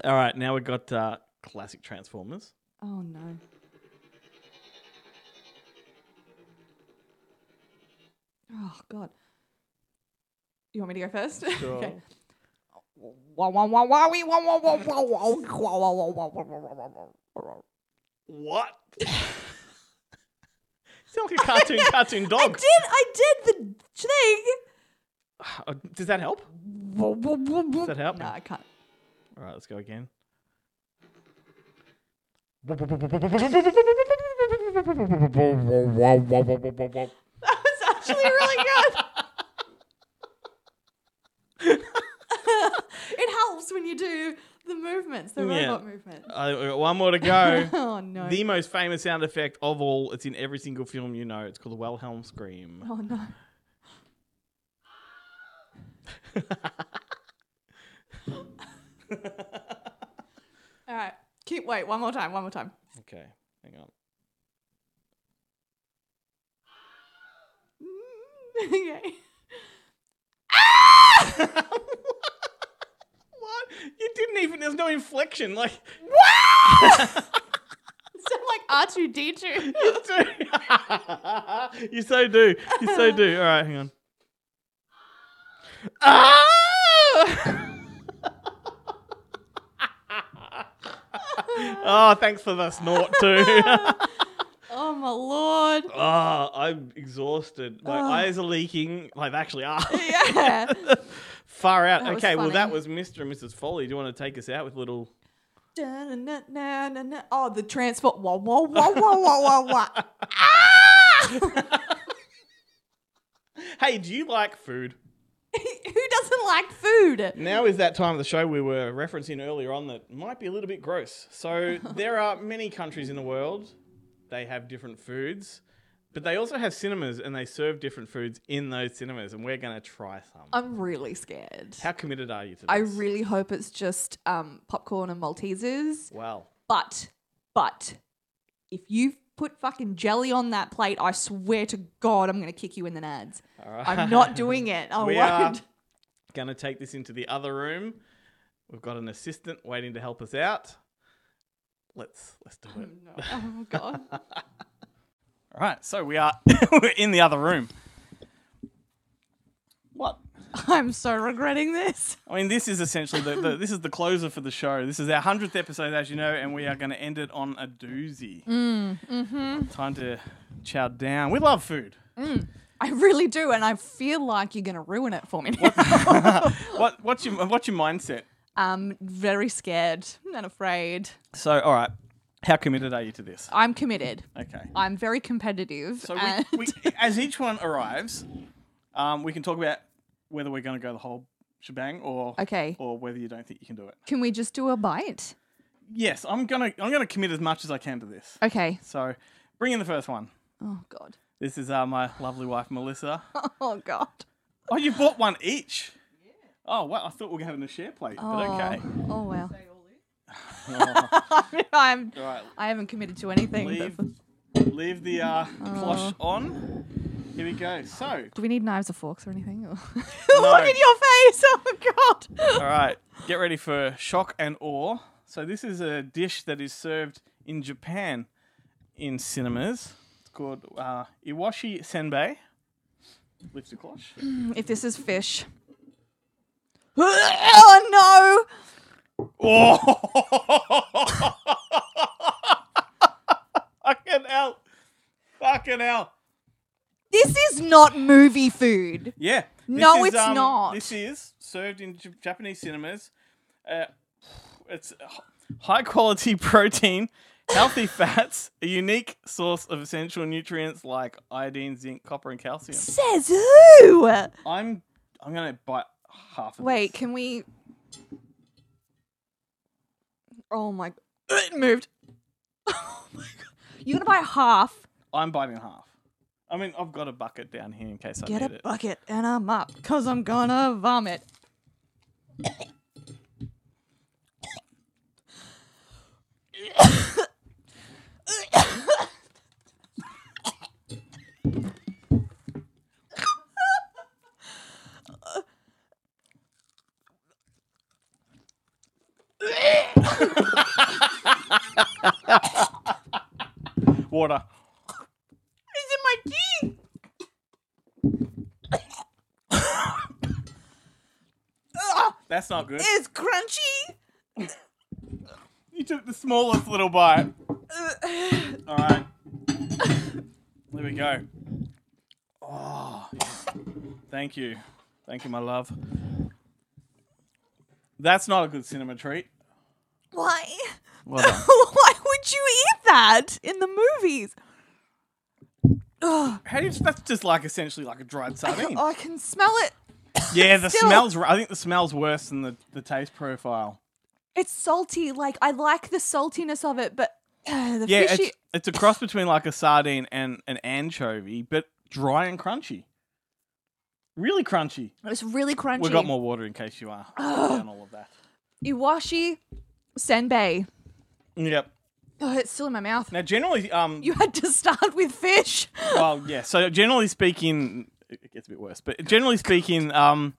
S1: All right. Now we've got uh, classic Transformers.
S2: Oh no. Oh god. You want me to go first? <laughs> okay.
S1: Sure.
S2: Wah, wah, wah, wah, wee, wah, wah, wah, wah, wah, wah, wah, wah, wah, wah, wah, wah, wah, wah.
S1: <laughs> What? Sounds like a cartoon, cartoon
S2: <laughs> I
S1: dog.
S2: did, I did the thing.
S1: Uh, Does that help?
S2: Wah, wah, wah, wah.
S1: that help?
S2: No, I can't.
S1: All right, let's go again.
S2: That was actually really good. <laughs> it helps when you do the movements, the
S1: Yeah.
S2: robot movement.
S1: I we got one more to go.
S2: Oh <laughs> no.
S1: the most famous sound effect of all. It's in every single film you know. It's called the Wilhelm scream.
S2: oh no. <laughs> All right. Keep wait, one more time, one more time. <laughs>
S1: Okay, hang on.
S2: okay.
S1: <laughs> What? You didn't even. There's no inflection. Like
S2: Sound like R2D2.
S1: you do. <laughs> you so do. You so do. All right, hang on. Ah! <laughs> oh, thanks for the snort too.
S2: <laughs> Oh my lord.
S1: <laughs>
S2: <laughs>
S1: Ah, I'm exhausted. My eyes are leaking. Like they actually are.
S2: Yeah.
S1: Far out.
S2: That was
S1: okay, well that
S2: funny.
S1: was Mr. and Mrs. Foley. Do you want to take us out with a little
S2: Da-na-na-na-na-na. Oh, the transport. Wah, wah, wah, wah, wah, wah,
S1: <laughs>
S2: wah. <laughs>
S1: Hey, do you like food?
S2: Who doesn't like food?
S1: Now is that time of the show we were referencing earlier on that might be a little bit gross.
S2: <laughs>
S1: So there are many countries in the world. They have different foods, but they also have cinemas and they serve different foods in those cinemas and we're going to try some.
S2: I'm really scared.
S1: How committed are you to this?
S2: Oh, I really hope it's just um, popcorn and Maltesers.
S1: Well,
S2: But, but, if you put fucking jelly on that plate, I swear to God, I'm going to kick you in the nads.
S1: all right. <laughs>
S2: I'm not doing it. I
S1: We
S2: won't.
S1: are going to take this into the other room. We've got an assistant waiting to help us out. Let's let's do it.
S2: No. Oh, God. <laughs>
S1: All right, so we are in the other room.
S2: I'm so regretting this.
S1: I mean, this is essentially the, the this is the closer for the show. This is our hundredth episode, as you know, and we are going to end it on a doozy.
S2: Mm, mm-hmm.
S1: Time to chow down. We love food.
S2: I really do, and I feel like you're gonna ruin it for me. Now. <laughs>
S1: What what's your what's your mindset?
S2: I'm very scared and afraid.
S1: So, all right, how committed are you to this?
S2: I'm committed.
S1: Okay.
S2: I'm very competitive.
S1: So
S2: and
S1: <laughs> we, we, as each one arrives, um, we can talk about whether we're going to go the whole shebang or
S2: Okay.
S1: or whether you don't think you can do it.
S2: Can we just do a bite?
S1: Yes, I'm gonna I'm gonna commit as much as I can to this.
S2: Okay.
S1: So, bring in the first one.
S2: Oh god.
S1: This is uh, my lovely wife Melissa.
S2: Oh god.
S1: Oh, you bought one each. Oh wow! I thought we were having a share plate, but okay.
S2: Oh,
S1: <laughs>
S2: oh well. <laughs>
S1: Oh,
S2: I'm.
S1: all right,
S2: I haven't committed to anything. but-
S1: leave leave the uh, cloche on. Here we go. So,
S2: Do we need knives or forks or anything? <laughs> Or- Look at your face. Oh god.
S1: All right, get ready for shock and awe. So this is a dish that is served in Japan in cinemas. It's called uh, iwashi senbei. Lift the cloche. <laughs>
S2: If this is fish. <laughs> oh no.
S1: Oh! Fucking hell! Fucking hell!
S2: This is not movie food.
S1: Yeah. This um,
S2: No, it's not.
S1: This is served in J- Japanese cinemas. Uh, it's h- high quality <laughs> protein, healthy fats, a unique source of essential nutrients like iodine, zinc, copper, and calcium.
S2: Says who?
S1: I'm I'm gonna bite half of
S2: Wait,
S1: this.
S2: can we? Oh my! It moved. <laughs> Oh my god! You're gonna buy half.
S1: I'm biting half. I mean, I've got a bucket down here in case I
S2: Get
S1: need
S2: a
S1: it.
S2: bucket and I'm up, cause I'm gonna vomit.
S1: Water.
S2: It's in my teeth. Ugh,
S1: That's not good.
S2: it's crunchy. <sighs>
S1: You took the smallest little bite.
S2: Ugh.
S1: All right. There we go. Oh, thank you. Thank you, my love. That's not a good cinema treat.
S2: Why? <laughs>
S1: Well done.
S2: Why would you eat that in the movies? Ugh.
S1: <laughs> How do you, that's just like essentially like a dried sardine.
S2: <laughs> Oh, I can smell it.
S1: yeah, the
S2: still-
S1: smells. I think the smell's worse than the, the taste profile.
S2: It's salty. Like I like the saltiness of it, but <sighs> uh, the
S1: Yeah,
S2: fishy.
S1: it's, it's a cross between like a sardine and an anchovy, but dry and crunchy. Really crunchy.
S2: It's really crunchy.
S1: We've got more water in case you are down all of that.
S2: Iwashi senbei.
S1: Yep.
S2: Oh, it's still in my mouth.
S1: Now, generally, um,
S2: <laughs> You had to start with fish.
S1: well, yeah. So generally speaking, it gets a bit worse. But generally speaking, um,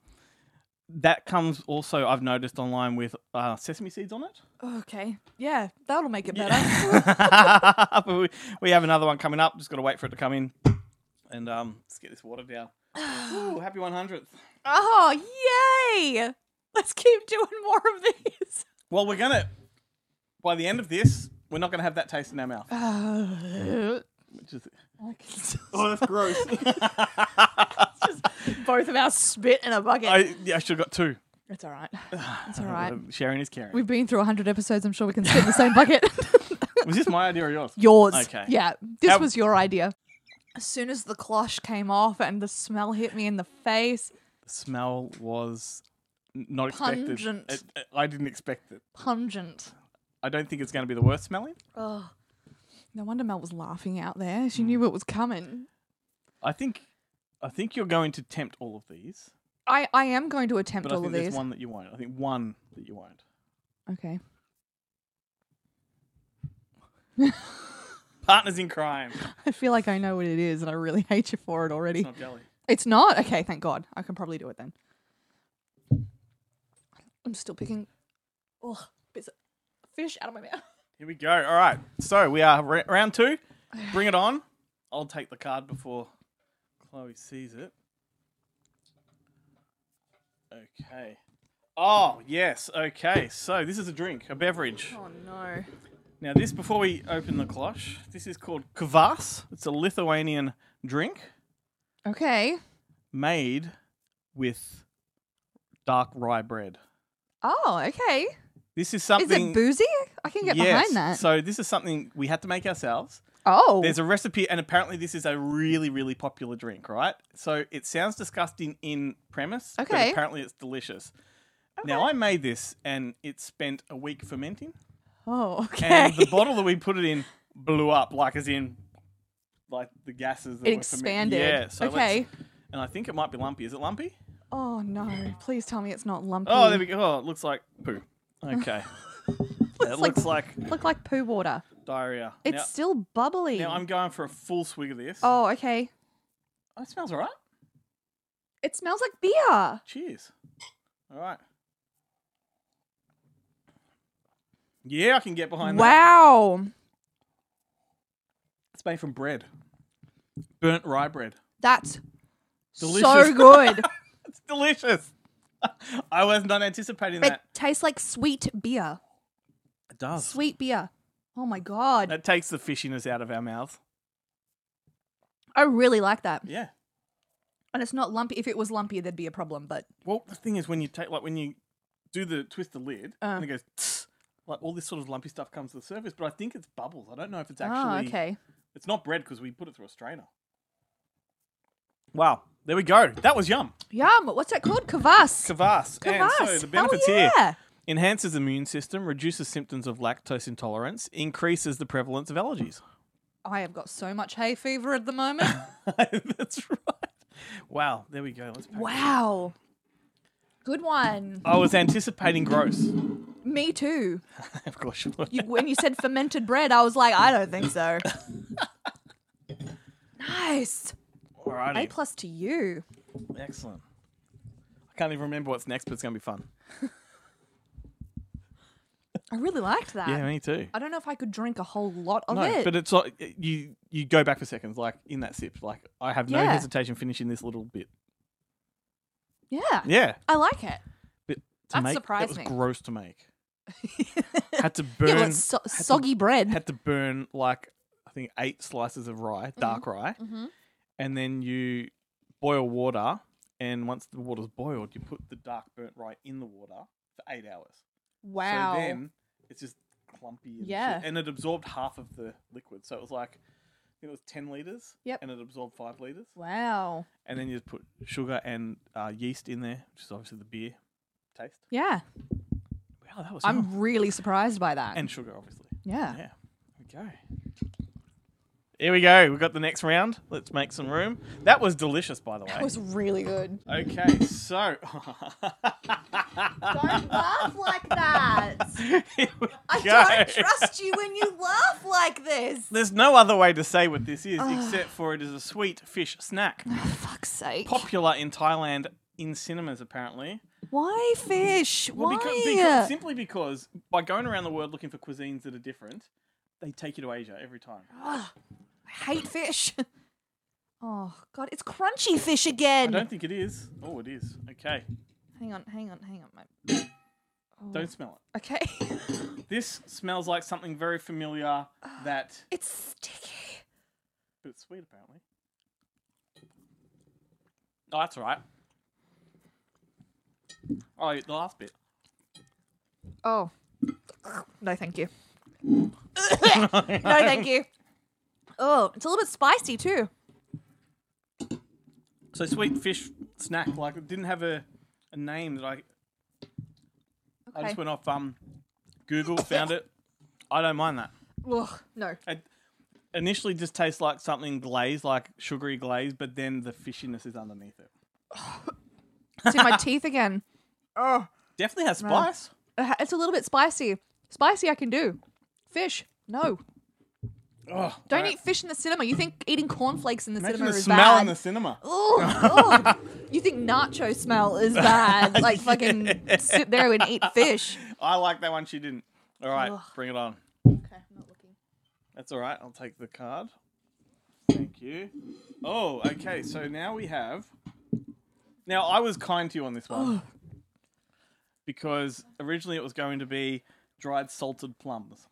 S1: that comes also I've noticed online with uh, sesame seeds on it. <laughs>
S2: Okay. Yeah, that'll make it better.
S1: but we, we have another one coming up. Just got to wait for it to come in, and um, let's get this water down. Ooh, happy one hundredth.
S2: <laughs> Oh, yay! Let's keep doing more of <laughs> these.
S1: Well, we're gonna by the end of this, we're not gonna have that taste in our mouth. Which is
S2: <laughs>
S1: oh, that's gross.
S2: Both of our spit in a
S1: <laughs>
S2: bucket.
S1: I yeah, I should have got two. Um,
S2: it's
S1: <sighs>
S2: all right. It's all right.
S1: Sharing is caring.
S2: We've been through 100 episodes. I'm sure we can spit in the
S1: <laughs>
S2: same bucket. <laughs>
S1: Was this my idea or yours?
S2: Yours.
S1: Okay.
S2: Yeah, this
S1: How-
S2: was your idea. As soon as the cloche came off and the smell hit me in the face,
S1: smell was n- not expected.
S2: Pungent.
S1: It- it- I didn't expect it.
S2: pungent.
S1: I don't think it's going to be the worst smelling.
S2: Oh. No wonder Mel was laughing out there.
S1: Hmm.
S2: She knew what was coming.
S1: I think, I think you're going to tempt all of these,
S2: I, I am going to attempt
S1: but I
S2: all
S1: think
S2: of
S1: there's
S2: these.
S1: one that you won't. I think one that you won't.
S2: Okay. <laughs>
S1: Partners in
S2: <laughs>
S1: crime.
S2: I feel like I know what it is and I really <laughs> hate you for it already.
S1: It's not jelly.
S2: It's not? Okay, thank God. I can probably do it then. I'm still picking oh, bits of fish out of my mouth.
S1: Here we go. All right. So we are ra- round two. Bring it on. I'll take the card before Chloe sees it. Okay. Oh, yes. Okay. So this is a drink, a beverage.
S2: Oh no.
S1: Now, this, before we open the cloche, this is called kvas. It's a Lithuanian drink
S2: Okay.
S1: made with dark rye bread.
S2: Oh, okay.
S1: This is
S2: Is
S1: something.
S2: it boozy? I can get
S1: Yes.
S2: behind that.
S1: So this is something we had to make ourselves.
S2: oh.
S1: There's a recipe, and apparently this is a really, really popular drink, right? So it sounds disgusting in premise, but
S2: Okay.
S1: apparently it's delicious. Now I made this, and it spent a week fermenting,
S2: oh, okay.
S1: and the bottle that we put it in blew up, like as in, like the gases. That
S2: <laughs> it
S1: were fermenting.
S2: expanded.
S1: Yeah. So let's-
S2: okay.
S1: And I think it might be lumpy. Is it lumpy?
S2: Oh no. Please tell me it's not lumpy.
S1: Oh, there we go. Oh, it looks like poo. Okay. it
S2: <laughs> Looks like-
S1: looks like,
S2: Look like poo water.
S1: diarrhea.
S2: It's still bubbly.
S1: now, now I'm going for a full swig of this.
S2: oh, okay.
S1: Oh, it smells all right.
S2: It smells like beer.
S1: Cheers. All right. Yeah, I can get behind that.
S2: Wow.
S1: It's made from bread. Burnt rye bread.
S2: That's
S1: Delicious. <laughs>
S2: so good.
S1: It's delicious. <laughs> I was not anticipating
S2: it
S1: that.
S2: tastes like sweet beer.
S1: It does.
S2: Sweet beer. Oh my god.
S1: That takes the fishiness out of our mouth.
S2: I really like that.
S1: Yeah.
S2: And it's not lumpy. If it was lumpy, there'd be a problem, but
S1: Well, the thing is, when you take, like, when you do the twist the lid,
S2: Uh.
S1: and it goes, tss, like, all this sort of lumpy stuff comes to the surface, but I think it's bubbles. I don't know if it's actually.
S2: Ah, okay.
S1: It's not bread because we put it through a strainer. Wow. There we go. That was yum.
S2: Yum. What's that called? Kvass.
S1: Kvass. And so the
S2: Kvass. Hell
S1: benefits here
S2: yeah.
S1: enhances immune system, reduces symptoms of lactose intolerance, increases the prevalence of allergies. <laughs>
S2: I have got so much hay fever at the moment.
S1: That's right. Wow. There we go. Let's pack.
S2: wow. Good one.
S1: I was anticipating gross. <laughs>
S2: Me too.
S1: of course you would.
S2: You, when you said fermented bread, I was like, I don't
S1: <laughs>
S2: think so. nice. A
S1: Alrighty.
S2: plus to you.
S1: Excellent. I can't even remember what's next, but it's going to be fun.
S2: I really liked that.
S1: Yeah, me too.
S2: I don't know if I could drink a whole lot of
S1: No,
S2: Um, it.
S1: but it's like you you go back for seconds, like in that sip. Like I have no
S2: Yeah.
S1: hesitation finishing this little bit.
S2: yeah.
S1: Yeah,
S2: I like it. <laughs>
S1: but to
S2: That
S1: make
S2: surprised
S1: that
S2: me.
S1: was gross to make.
S2: <laughs>
S1: had to
S2: Yeah,
S1: burn
S2: well, it's so-
S1: to-
S2: soggy bread.
S1: had to burn like I think eight slices of rye, dark rye,
S2: Mhm.
S1: and then you boil water. And once the water's boiled, you put the dark burnt rye in the water for eight hours.
S2: Wow.
S1: So then it's just clumpy. And shit.
S2: Yeah.
S1: And it absorbed half of the liquid, so it was like I think it was ten liters.
S2: Yep.
S1: And it absorbed five liters.
S2: wow.
S1: And then you just put sugar and uh, yeast in there, which is obviously the beer taste.
S2: Yeah.
S1: Wow, that was. yum.
S2: I'm really surprised by that.
S1: and sugar, obviously.
S2: yeah.
S1: Yeah. There we go. Here we go. We've got the next round. Let's make some room. That was delicious, by the way.
S2: That <laughs> was
S1: <laughs>
S2: really good.
S1: Okay, so <laughs>
S2: Don't laugh like that.
S1: Here we <laughs>
S2: I
S1: go.
S2: don't trust you when you laugh like this.
S1: There's no other way to say what this
S2: <sighs>
S1: is except for it is a sweet fish snack,
S2: fuck's sake.
S1: popular in Thailand in cinemas apparently.
S2: Why fish? Why? uh,
S1: Because, because simply because by going around the world looking for cuisines that are different, they take you to Asia every time.
S2: Ugh, I hate fish. <laughs> Oh god, it's crunchy fish
S1: I
S2: again.
S1: don't think it is. Oh, it is. Okay.
S2: Hang on, hang on, hang on. My... Oh,
S1: Don't smell it.
S2: Okay. <laughs>
S1: This smells like something very
S2: <sighs>
S1: familiar that
S2: it's sticky.
S1: but it's sweet apparently. Oh, that's all right. Oh, the last bit.
S2: Oh. No, thank <laughs> you. no, thank you. Oh, it's a little bit spicy too.
S1: So sweet fish snack, like it didn't have a, a name that I I
S2: Okay.
S1: just went off um Google, found it. I don't mind that.
S2: Ugh, no.
S1: It initially just tastes like something glazed, like sugary glaze, but then the fishiness is underneath it.
S2: It's in my teeth again. Oh.
S1: Definitely has spice.
S2: It's a little bit spicy. Spicy I can do. Fish. No.
S1: Oh,
S2: Don't eat fish in the cinema. You think eating cornflakes in the
S1: Imagine
S2: cinema
S1: the
S2: is
S1: smell
S2: bad.
S1: in the cinema. <laughs>
S2: Oh, God. you think nacho smell
S1: <laughs>
S2: is bad? Like fucking sit there and eat fish.
S1: I like that one. She didn't. All right,
S2: Ugh.
S1: bring it on.
S2: Okay, I'm not looking.
S1: That's all right. I'll take the card. Thank you.
S2: <gasps>
S1: Oh, okay. So now we have. Now I was kind to you on this one. because originally it was going to be dried salted plums,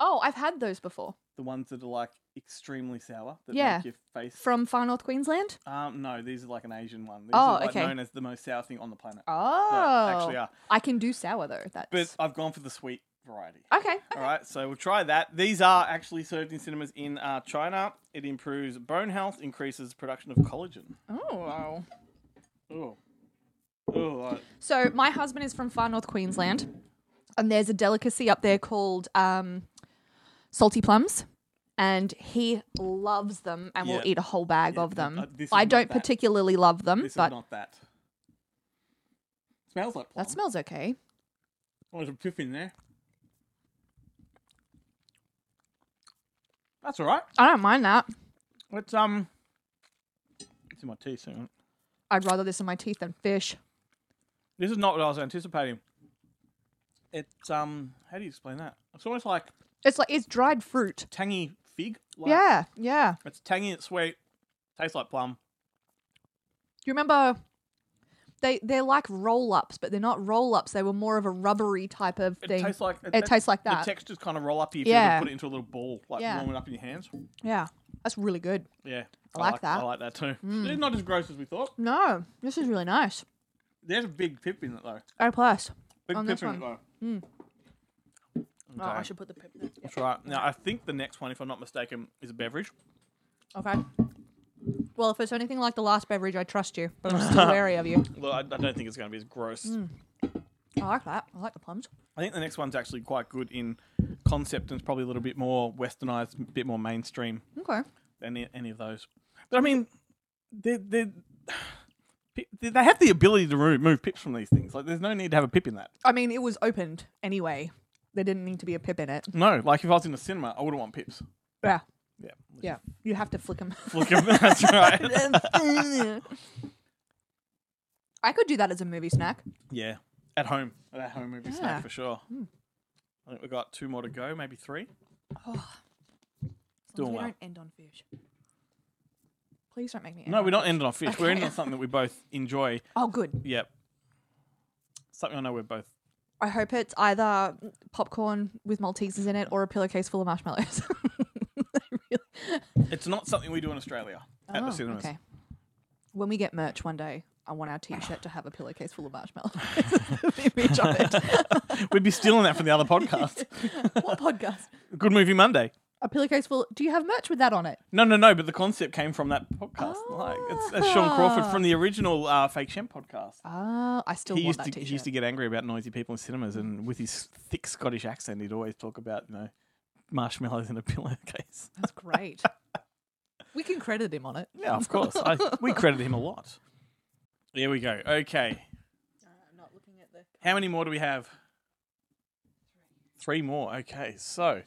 S2: Oh, I've had those before
S1: the ones that are like extremely sour that
S2: Yeah.
S1: make your face.
S2: from Far North Queensland.
S1: um, no, these are like an Asian one. These
S2: Oh,
S1: are like
S2: okay.
S1: known as the most sour thing on the planet. They
S2: Oh,
S1: actually are.
S2: I can do sour though. That's
S1: But I've gone for the sweet variety.
S2: Oh, okay.
S1: All right, so we'll try that. These are actually served in cinemas in uh, China. It improves bone health, increases production of collagen.
S2: Oh. wow.
S1: Oh, oh,
S2: Hmm?
S1: uh,
S2: So my husband is from far north Queensland, and there's a delicacy up there called um, salty plums, and he loves them and will
S1: Yeah.
S2: eat a whole bag
S1: Yeah,
S2: of them.
S1: uh, this is
S2: I
S1: not
S2: don't
S1: that.
S2: particularly love them,
S1: this is
S2: but
S1: not that. Smells like plum.
S2: that smells okay.
S1: oh, there's a piff in there. That's all right.
S2: I don't mind that.
S1: Let's um. It's in my tea soon.
S2: I'd rather this in my teeth than fish.
S1: This is not what I was anticipating. It's um. How do you explain that? It's almost like
S2: It's like it's dried fruit.
S1: tangy fig. Like,
S2: Yeah, yeah.
S1: It's tangy. It's sweet. Tastes like plum.
S2: Do you remember? They they're like roll ups, but they're not roll ups. They were more of a rubbery type of
S1: It
S2: thing.
S1: tastes like
S2: it tastes like that.
S1: The textures kind of roll up if
S2: Yeah.
S1: you were to put it into a little ball, like
S2: Yeah.
S1: warm it up in your hands.
S2: yeah, that's really good.
S1: Yeah,
S2: I like that. Mm.
S1: I like that too. It's not as gross as we thought.
S2: No, this is really nice.
S1: There's a big pip in it though.
S2: A plus.
S1: Big
S2: On
S1: pip
S2: this
S1: in it though.
S2: Oh,
S1: Okay.
S2: I should put the pip there.
S1: That's right. Now I think the next one, if I'm not mistaken, is a beverage.
S2: Okay. Well, if it's anything like the last beverage, I trust you,
S1: <laughs>
S2: but I'm still wary of you.
S1: Well, I, I don't think it's going to be as gross.
S2: Mm. I like that. I like the plums.
S1: I think the next one's actually quite good in concept and it's probably a little bit more westernized, a bit more mainstream
S2: Okay.
S1: than i- any of those. But I mean, they they <sighs> they have the ability to remove pips from these things. Like, there's no need to have a pip in that.
S2: I mean, it was opened anyway. There didn't need to be a pip in it.
S1: No, like if I was in a cinema, I wouldn't want pips.
S2: Yeah.
S1: Yeah.
S2: Yeah. You have
S1: <laughs>
S2: to <laughs> flick them.
S1: Look at that's right.
S2: I could do that as a movie snack.
S1: Yeah. At home. At home movie
S2: Yeah. Hmm.
S1: snack for sure. I think we got two more to go, maybe three.
S2: As long as
S1: Doing
S2: we
S1: well.
S2: don't end on fish. Please don't make me. End
S1: No,
S2: on
S1: we're not
S2: fish.
S1: ending on fish. We're
S2: Okay. <laughs>
S1: ending on something that we both enjoy.
S2: Oh, good.
S1: Yep. Something I know we're both.
S2: I hope it's either popcorn with Maltesers in it or a pillowcase full
S1: <laughs>
S2: of marshmallows. I really-
S1: It's not something we do in Australia at
S2: Oh,
S1: the cinemas.
S2: Okay. When we get merch one day, I want our T-shirt to have a pillowcase full
S1: <laughs>
S2: of marshmallows. <laughs> The image of it.
S1: We'd be stealing that from
S2: <laughs>
S1: the other podcast.
S2: what podcast?
S1: Good Movie Monday.
S2: A pillowcase full. Do you have merch with that on it?
S1: No, no, no, but the concept came from that podcast. Like it's, it's Sean Crawford from the original uh, Fake Shem podcast.
S2: Ah, I still
S1: he
S2: want
S1: used
S2: that
S1: to
S2: T-shirt.
S1: he used to get angry about noisy people in cinemas, and with his thick Scottish accent, he'd always talk about you know marshmallows in a <laughs> pillowcase.
S2: That's
S1: <laughs>
S2: great. we can credit him on it.
S1: Yeah, of course. I, we credit him a lot. There we go. Okay,
S2: I'm Uh, not looking at the.
S1: how many more do we have? Three more. Okay, so.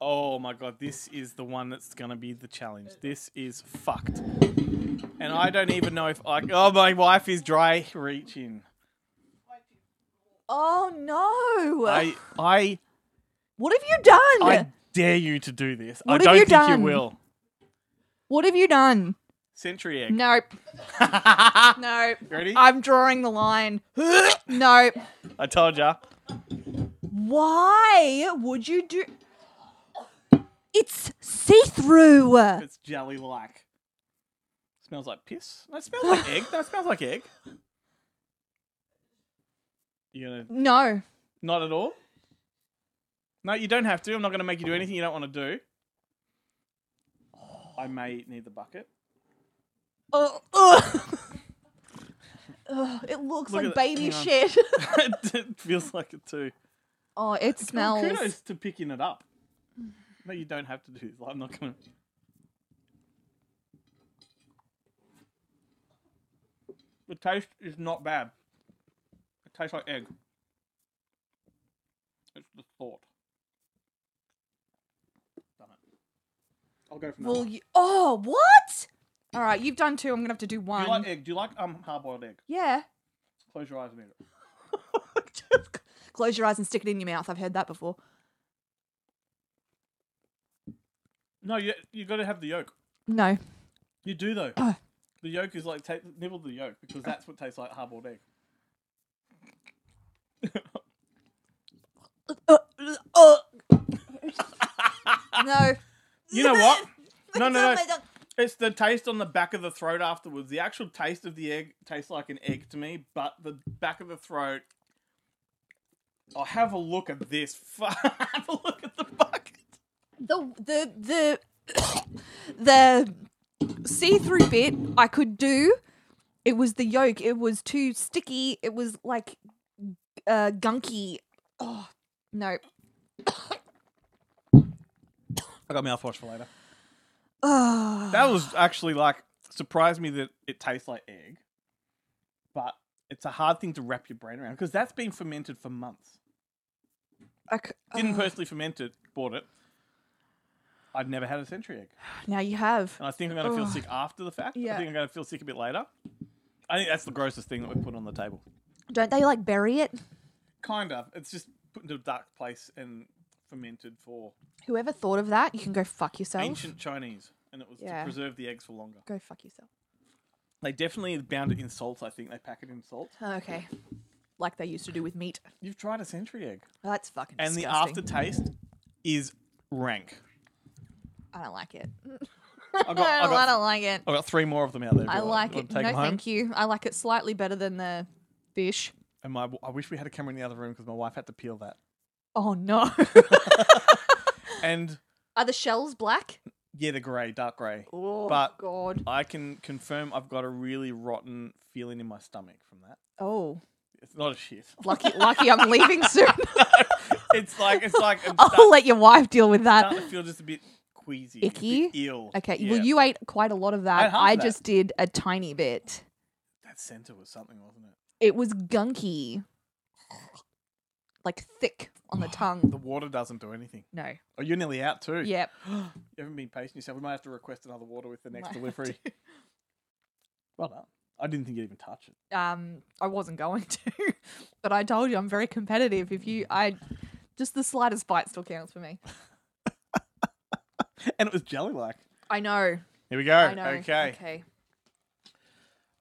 S1: Oh my god, this is the one that's gonna be the challenge. This is fucked. And I don't even know if I. Oh, my wife is dry reaching.
S2: Oh no!
S1: I,
S2: <laughs>
S1: I
S2: what have you done?
S1: I dare you to do this. I
S2: What have
S1: don't
S2: you
S1: think
S2: done?
S1: you will.
S2: What have you done?
S1: Century egg. <laughs>
S2: Nope. nope.
S1: Ready?
S2: I'm drawing the line. <gasps> nope.
S1: I told ya.
S2: Why would you do? It's see through.
S1: It's jelly like. Smells like piss. No, it smells like egg. No, it smells like egg. You gonna
S2: No.
S1: not at all? No, you don't have to. I'm not gonna make you do anything you don't want to do. I may need the bucket. <laughs>
S2: Oh, ugh. Ugh, it looks
S1: Look
S2: like
S1: at it.
S2: baby
S1: Hang
S2: shit. <laughs>
S1: it feels like it too.
S2: oh,
S1: Well,
S2: it smells.
S1: kudos to picking it up. No, you don't have to do this. I'm not gonna. The taste is not bad. It tastes like egg. It's the thought. Done it. I'll go from
S2: Will
S1: there.
S2: you? Oh, what? All right, you've done two. I'm gonna have to do
S1: Do
S2: one.
S1: you like egg? Do you like um hard boiled egg? <laughs>
S2: yeah.
S1: Close your eyes and eat it.
S2: Close your eyes and stick it in your mouth. I've heard that before.
S1: No, you you got to have the yolk. <laughs>
S2: No.
S1: You do though.
S2: Oh.
S1: The yolk is like ta nibble the yolk because that's what tastes like hard boiled egg.
S2: Uh, <laughs> no.
S1: You know what? No, no,
S2: <laughs> It's on
S1: no.
S2: my tongue.
S1: It's the taste on the back of the throat afterwards. The actual taste of the egg tastes like an egg to me, but the back of the throat. Oh, have a look at this. <laughs> Fu- have a look at the bucket.
S2: the the the <coughs> the see-through bit I could do. It was the yolk. It was too sticky. It was like uh, gunky. Oh no.
S1: I got mouthwash for later.
S2: Oh.
S1: <sighs> That was actually like surprised me that it tastes like egg, but it's a hard thing to wrap your brain around because that's been fermented for months.
S2: I c-
S1: Didn't
S2: oh.
S1: personally ferment it, bought it. I'd never had a century egg.
S2: now you have.
S1: And I think I'm going to feel
S2: Ugh.
S1: sick after the fact. I
S2: Yeah.
S1: think I'm going to feel sick a bit later. I think that's the grossest thing that we put on the table.
S2: Don't they like bury it?
S1: Kind of. It's just put into a dark place and fermented for
S2: Whoever thought of that, you can go fuck yourself.
S1: ancient Chinese. And it was
S2: Yeah.
S1: to preserve the eggs for longer.
S2: Go fuck yourself.
S1: They definitely bound it in salt, I think. They pack it in salt.
S2: Okay. Like they used to do with meat.
S1: You've tried a century egg.
S2: That's fucking
S1: And the
S2: disgusting.
S1: aftertaste is rank.
S2: I don't like it. <laughs>
S1: I got,
S2: I
S1: I,
S2: don't, I
S1: got,
S2: don't like it.
S1: I got three more of them out there. if
S2: I
S1: you want.
S2: like
S1: You want
S2: it.
S1: to
S2: No,
S1: take 'em home?
S2: thank you. I like it slightly better than the fish.
S1: And my, I wish we had a camera in the other room because my wife had to peel that. <laughs>
S2: Oh no.
S1: And
S2: Are the shells black?
S1: yeah, the grey, dark grey.
S2: Oh
S1: But-
S2: god.
S1: I can confirm I've got a really rotten feeling in my stomach from that.
S2: Oh,
S1: It's not a shit. <laughs>
S2: lucky lucky I'm leaving soon.
S1: It's like it's like I'm
S2: <laughs> I'll
S1: start-
S2: let your wife deal with
S1: starting <laughs>
S2: that.
S1: to feel just a bit queasy,
S2: Icky?
S1: a bit ill.
S2: Okay,
S1: yeah.
S2: well you ate quite a lot of
S1: I had
S2: that.
S1: half
S2: I,
S1: of that.
S2: just did a tiny bit.
S1: That centre was something, wasn't it?
S2: It was gunky. Like thick
S1: <sighs>
S2: on the tongue.
S1: The water doesn't do anything.
S2: No.
S1: Oh, you're nearly out too.
S2: Yep.
S1: you haven't been patient yourself. We might have to request another water with the next
S2: Might have
S1: delivery. Well done. I didn't think you'd even touch it.
S2: um I wasn't going to, <laughs> but I told you I'm very competitive. If you I just the slightest bite still counts for me.
S1: And it was jelly like.
S2: I know.
S1: Here we go. <laughs>
S2: I know.
S1: Okay.
S2: Okay.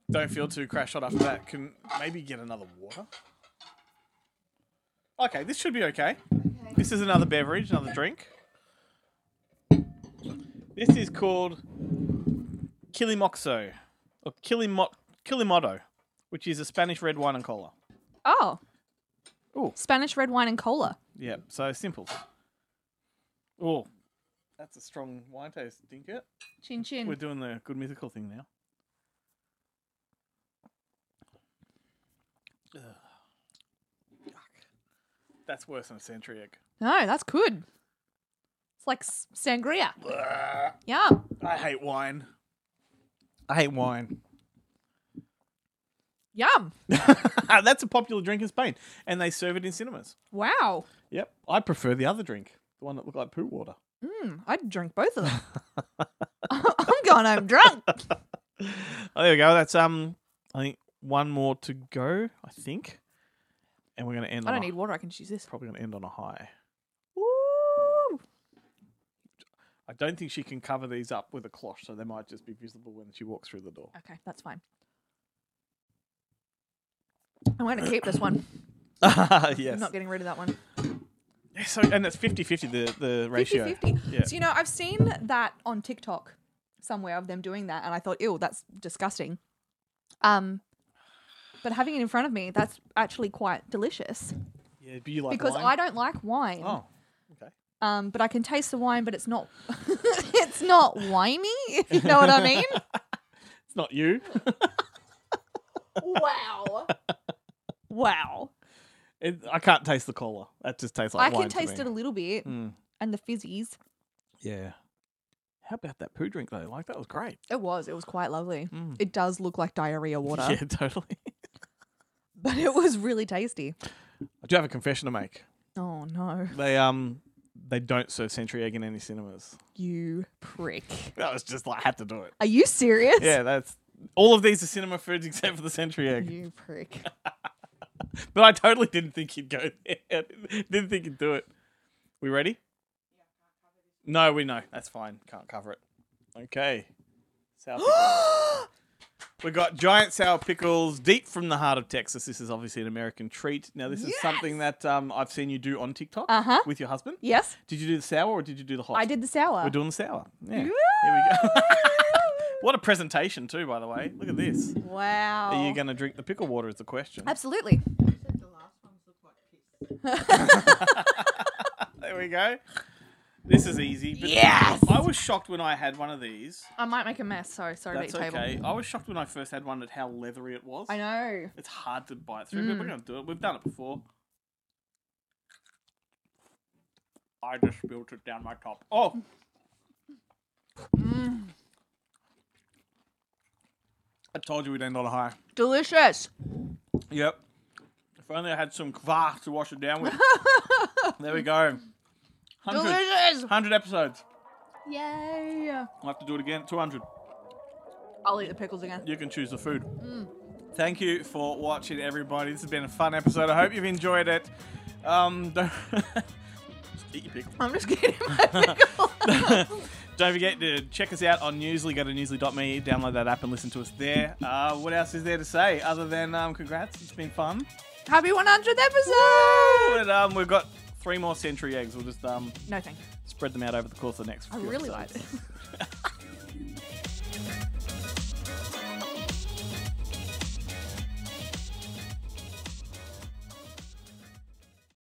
S1: Don't feel too crash hot after that. Can maybe get another water. Okay, this should be okay. This is another beverage, another drink. This is called Kilimoxo or Kilimo- Kilimodo, which is a Spanish red wine and cola.
S2: Oh.
S1: Ooh.
S2: Spanish red wine and cola.
S1: Yeah, so simple. Oh, that's a strong wine taste, dink it.
S2: Chin chin.
S1: We're doing the good mythical thing now. Ugh. Yuck. That's worse than a century egg.
S2: no, that's good. It's like s- sangria. Yeah.
S1: I hate wine. I hate wine.
S2: Yum.
S1: <laughs> That's a popular drink in Spain, and they serve it in cinemas.
S2: Wow.
S1: Yep, I prefer the other drink, the one that looked like poo water.
S2: Mm, I'd drink both
S1: <laughs>
S2: of them. <laughs> I'm going home drunk.
S1: Oh, there we go. That's um, I think one more to go. I think, and we're gonna end.
S2: I
S1: on
S2: don't
S1: a-
S2: need water. I can just use this.
S1: Probably gonna end on a high.
S2: Woo.
S1: I don't think she can cover these up with a cloche, so they might just be visible when she walks through the door.
S2: Okay, that's fine. I'm going to keep this one.
S1: <laughs> yes.
S2: I'm Uh, not getting rid of that one.
S1: Yeah, so, and it's 50 50 the, the ratio.
S2: 50 50.
S1: Yeah.
S2: So, you know, I've seen that on TikTok somewhere of them doing that, and I thought, ew, that's disgusting. Um, but having it in front of me, that's actually quite delicious
S1: Yeah, do you like
S2: because
S1: wine?
S2: I don't like wine.
S1: Oh, okay.
S2: Um, but I can taste the wine, but it's not, <laughs> it's not winey, if you know
S1: <laughs>
S2: what I mean.
S1: It's not you. <laughs>
S2: wow. Wow.
S1: It, I can't taste the cola. That just tastes
S2: I
S1: like
S2: can
S1: wine.
S2: taste it a little bit
S1: Mm.
S2: and the fizzies.
S1: Yeah. How about that poo drink, though? Like, that was <laughs> great.
S2: It was. It was quite lovely. It does look like diarrhea water,
S1: Hmm. <laughs> Yeah, totally.
S2: but it was really tasty.
S1: I do have a confession to make.
S2: Oh, no.
S1: They, um, they don't serve century egg in any cinemas.
S2: You prick.
S1: That was just like, had to do it.
S2: Are you serious?
S1: Yeah, that's all of these are cinema foods <laughs> except for the century egg.
S2: You prick.
S1: <laughs> But I totally didn't think he'd go there. <laughs> didn't think he'd do it. We ready? No,
S2: <gasps>
S1: we know. That's fine. Can't cover it. Okay. South. We got giant sour pickles deep from the heart of Texas. This is obviously an American treat. Now, this is something that um, I've seen you do on TikTok
S2: Uh-huh.
S1: with your husband.
S2: <gasps> Yes,
S1: Did you do the sour or did you do the hot?
S2: I did the sour.
S1: We're doing the sour. Yeah. Here we go. <laughs> what a presentation, too, by the way. Look at this.
S2: <laughs> wow.
S1: Are you going to drink the pickle water? Is the question.
S2: Absolutely.
S1: There we go. This is easy. But
S2: Yes!
S1: I was shocked when I had one of these.
S2: I might make a mess. Sorry, sorry
S1: That's
S2: about your table.
S1: okay. I was shocked when I first had one at how leathery it was.
S2: I know. Mm.
S1: It's hard to bite through, but we're going to do it. We've done it before. I just spilled it down my top. Oh!
S2: Mm.
S1: I told you we'd end on a high.
S2: Delicious.
S1: Yep. If only I had some kvar to wash it down
S2: <laughs>
S1: with. there we go. 100,
S2: Delicious.
S1: 100 episodes.
S2: Yay.
S1: I'll have to do it again. 200.
S2: I'll eat the pickles again.
S1: You can choose the food.
S2: Mm.
S1: Thank you for watching, everybody. This has been a fun episode. I hope you've enjoyed it. Um, <laughs> don't, eat your pickle.
S2: I'm just kidding.
S1: <laughs>
S2: My pickle.
S1: Don't forget to check us out on Newsly. Go to newsly.me, download that app, and listen to us there. Uh, what else is there to say other than um, congrats? It's been fun.
S2: Happy 100th episode.
S1: But um, we've got three more century eggs. We'll just um,
S2: No, thank you.
S1: spread them out over the course of the next.
S2: I
S1: few
S2: really
S1: episodes.
S2: like this.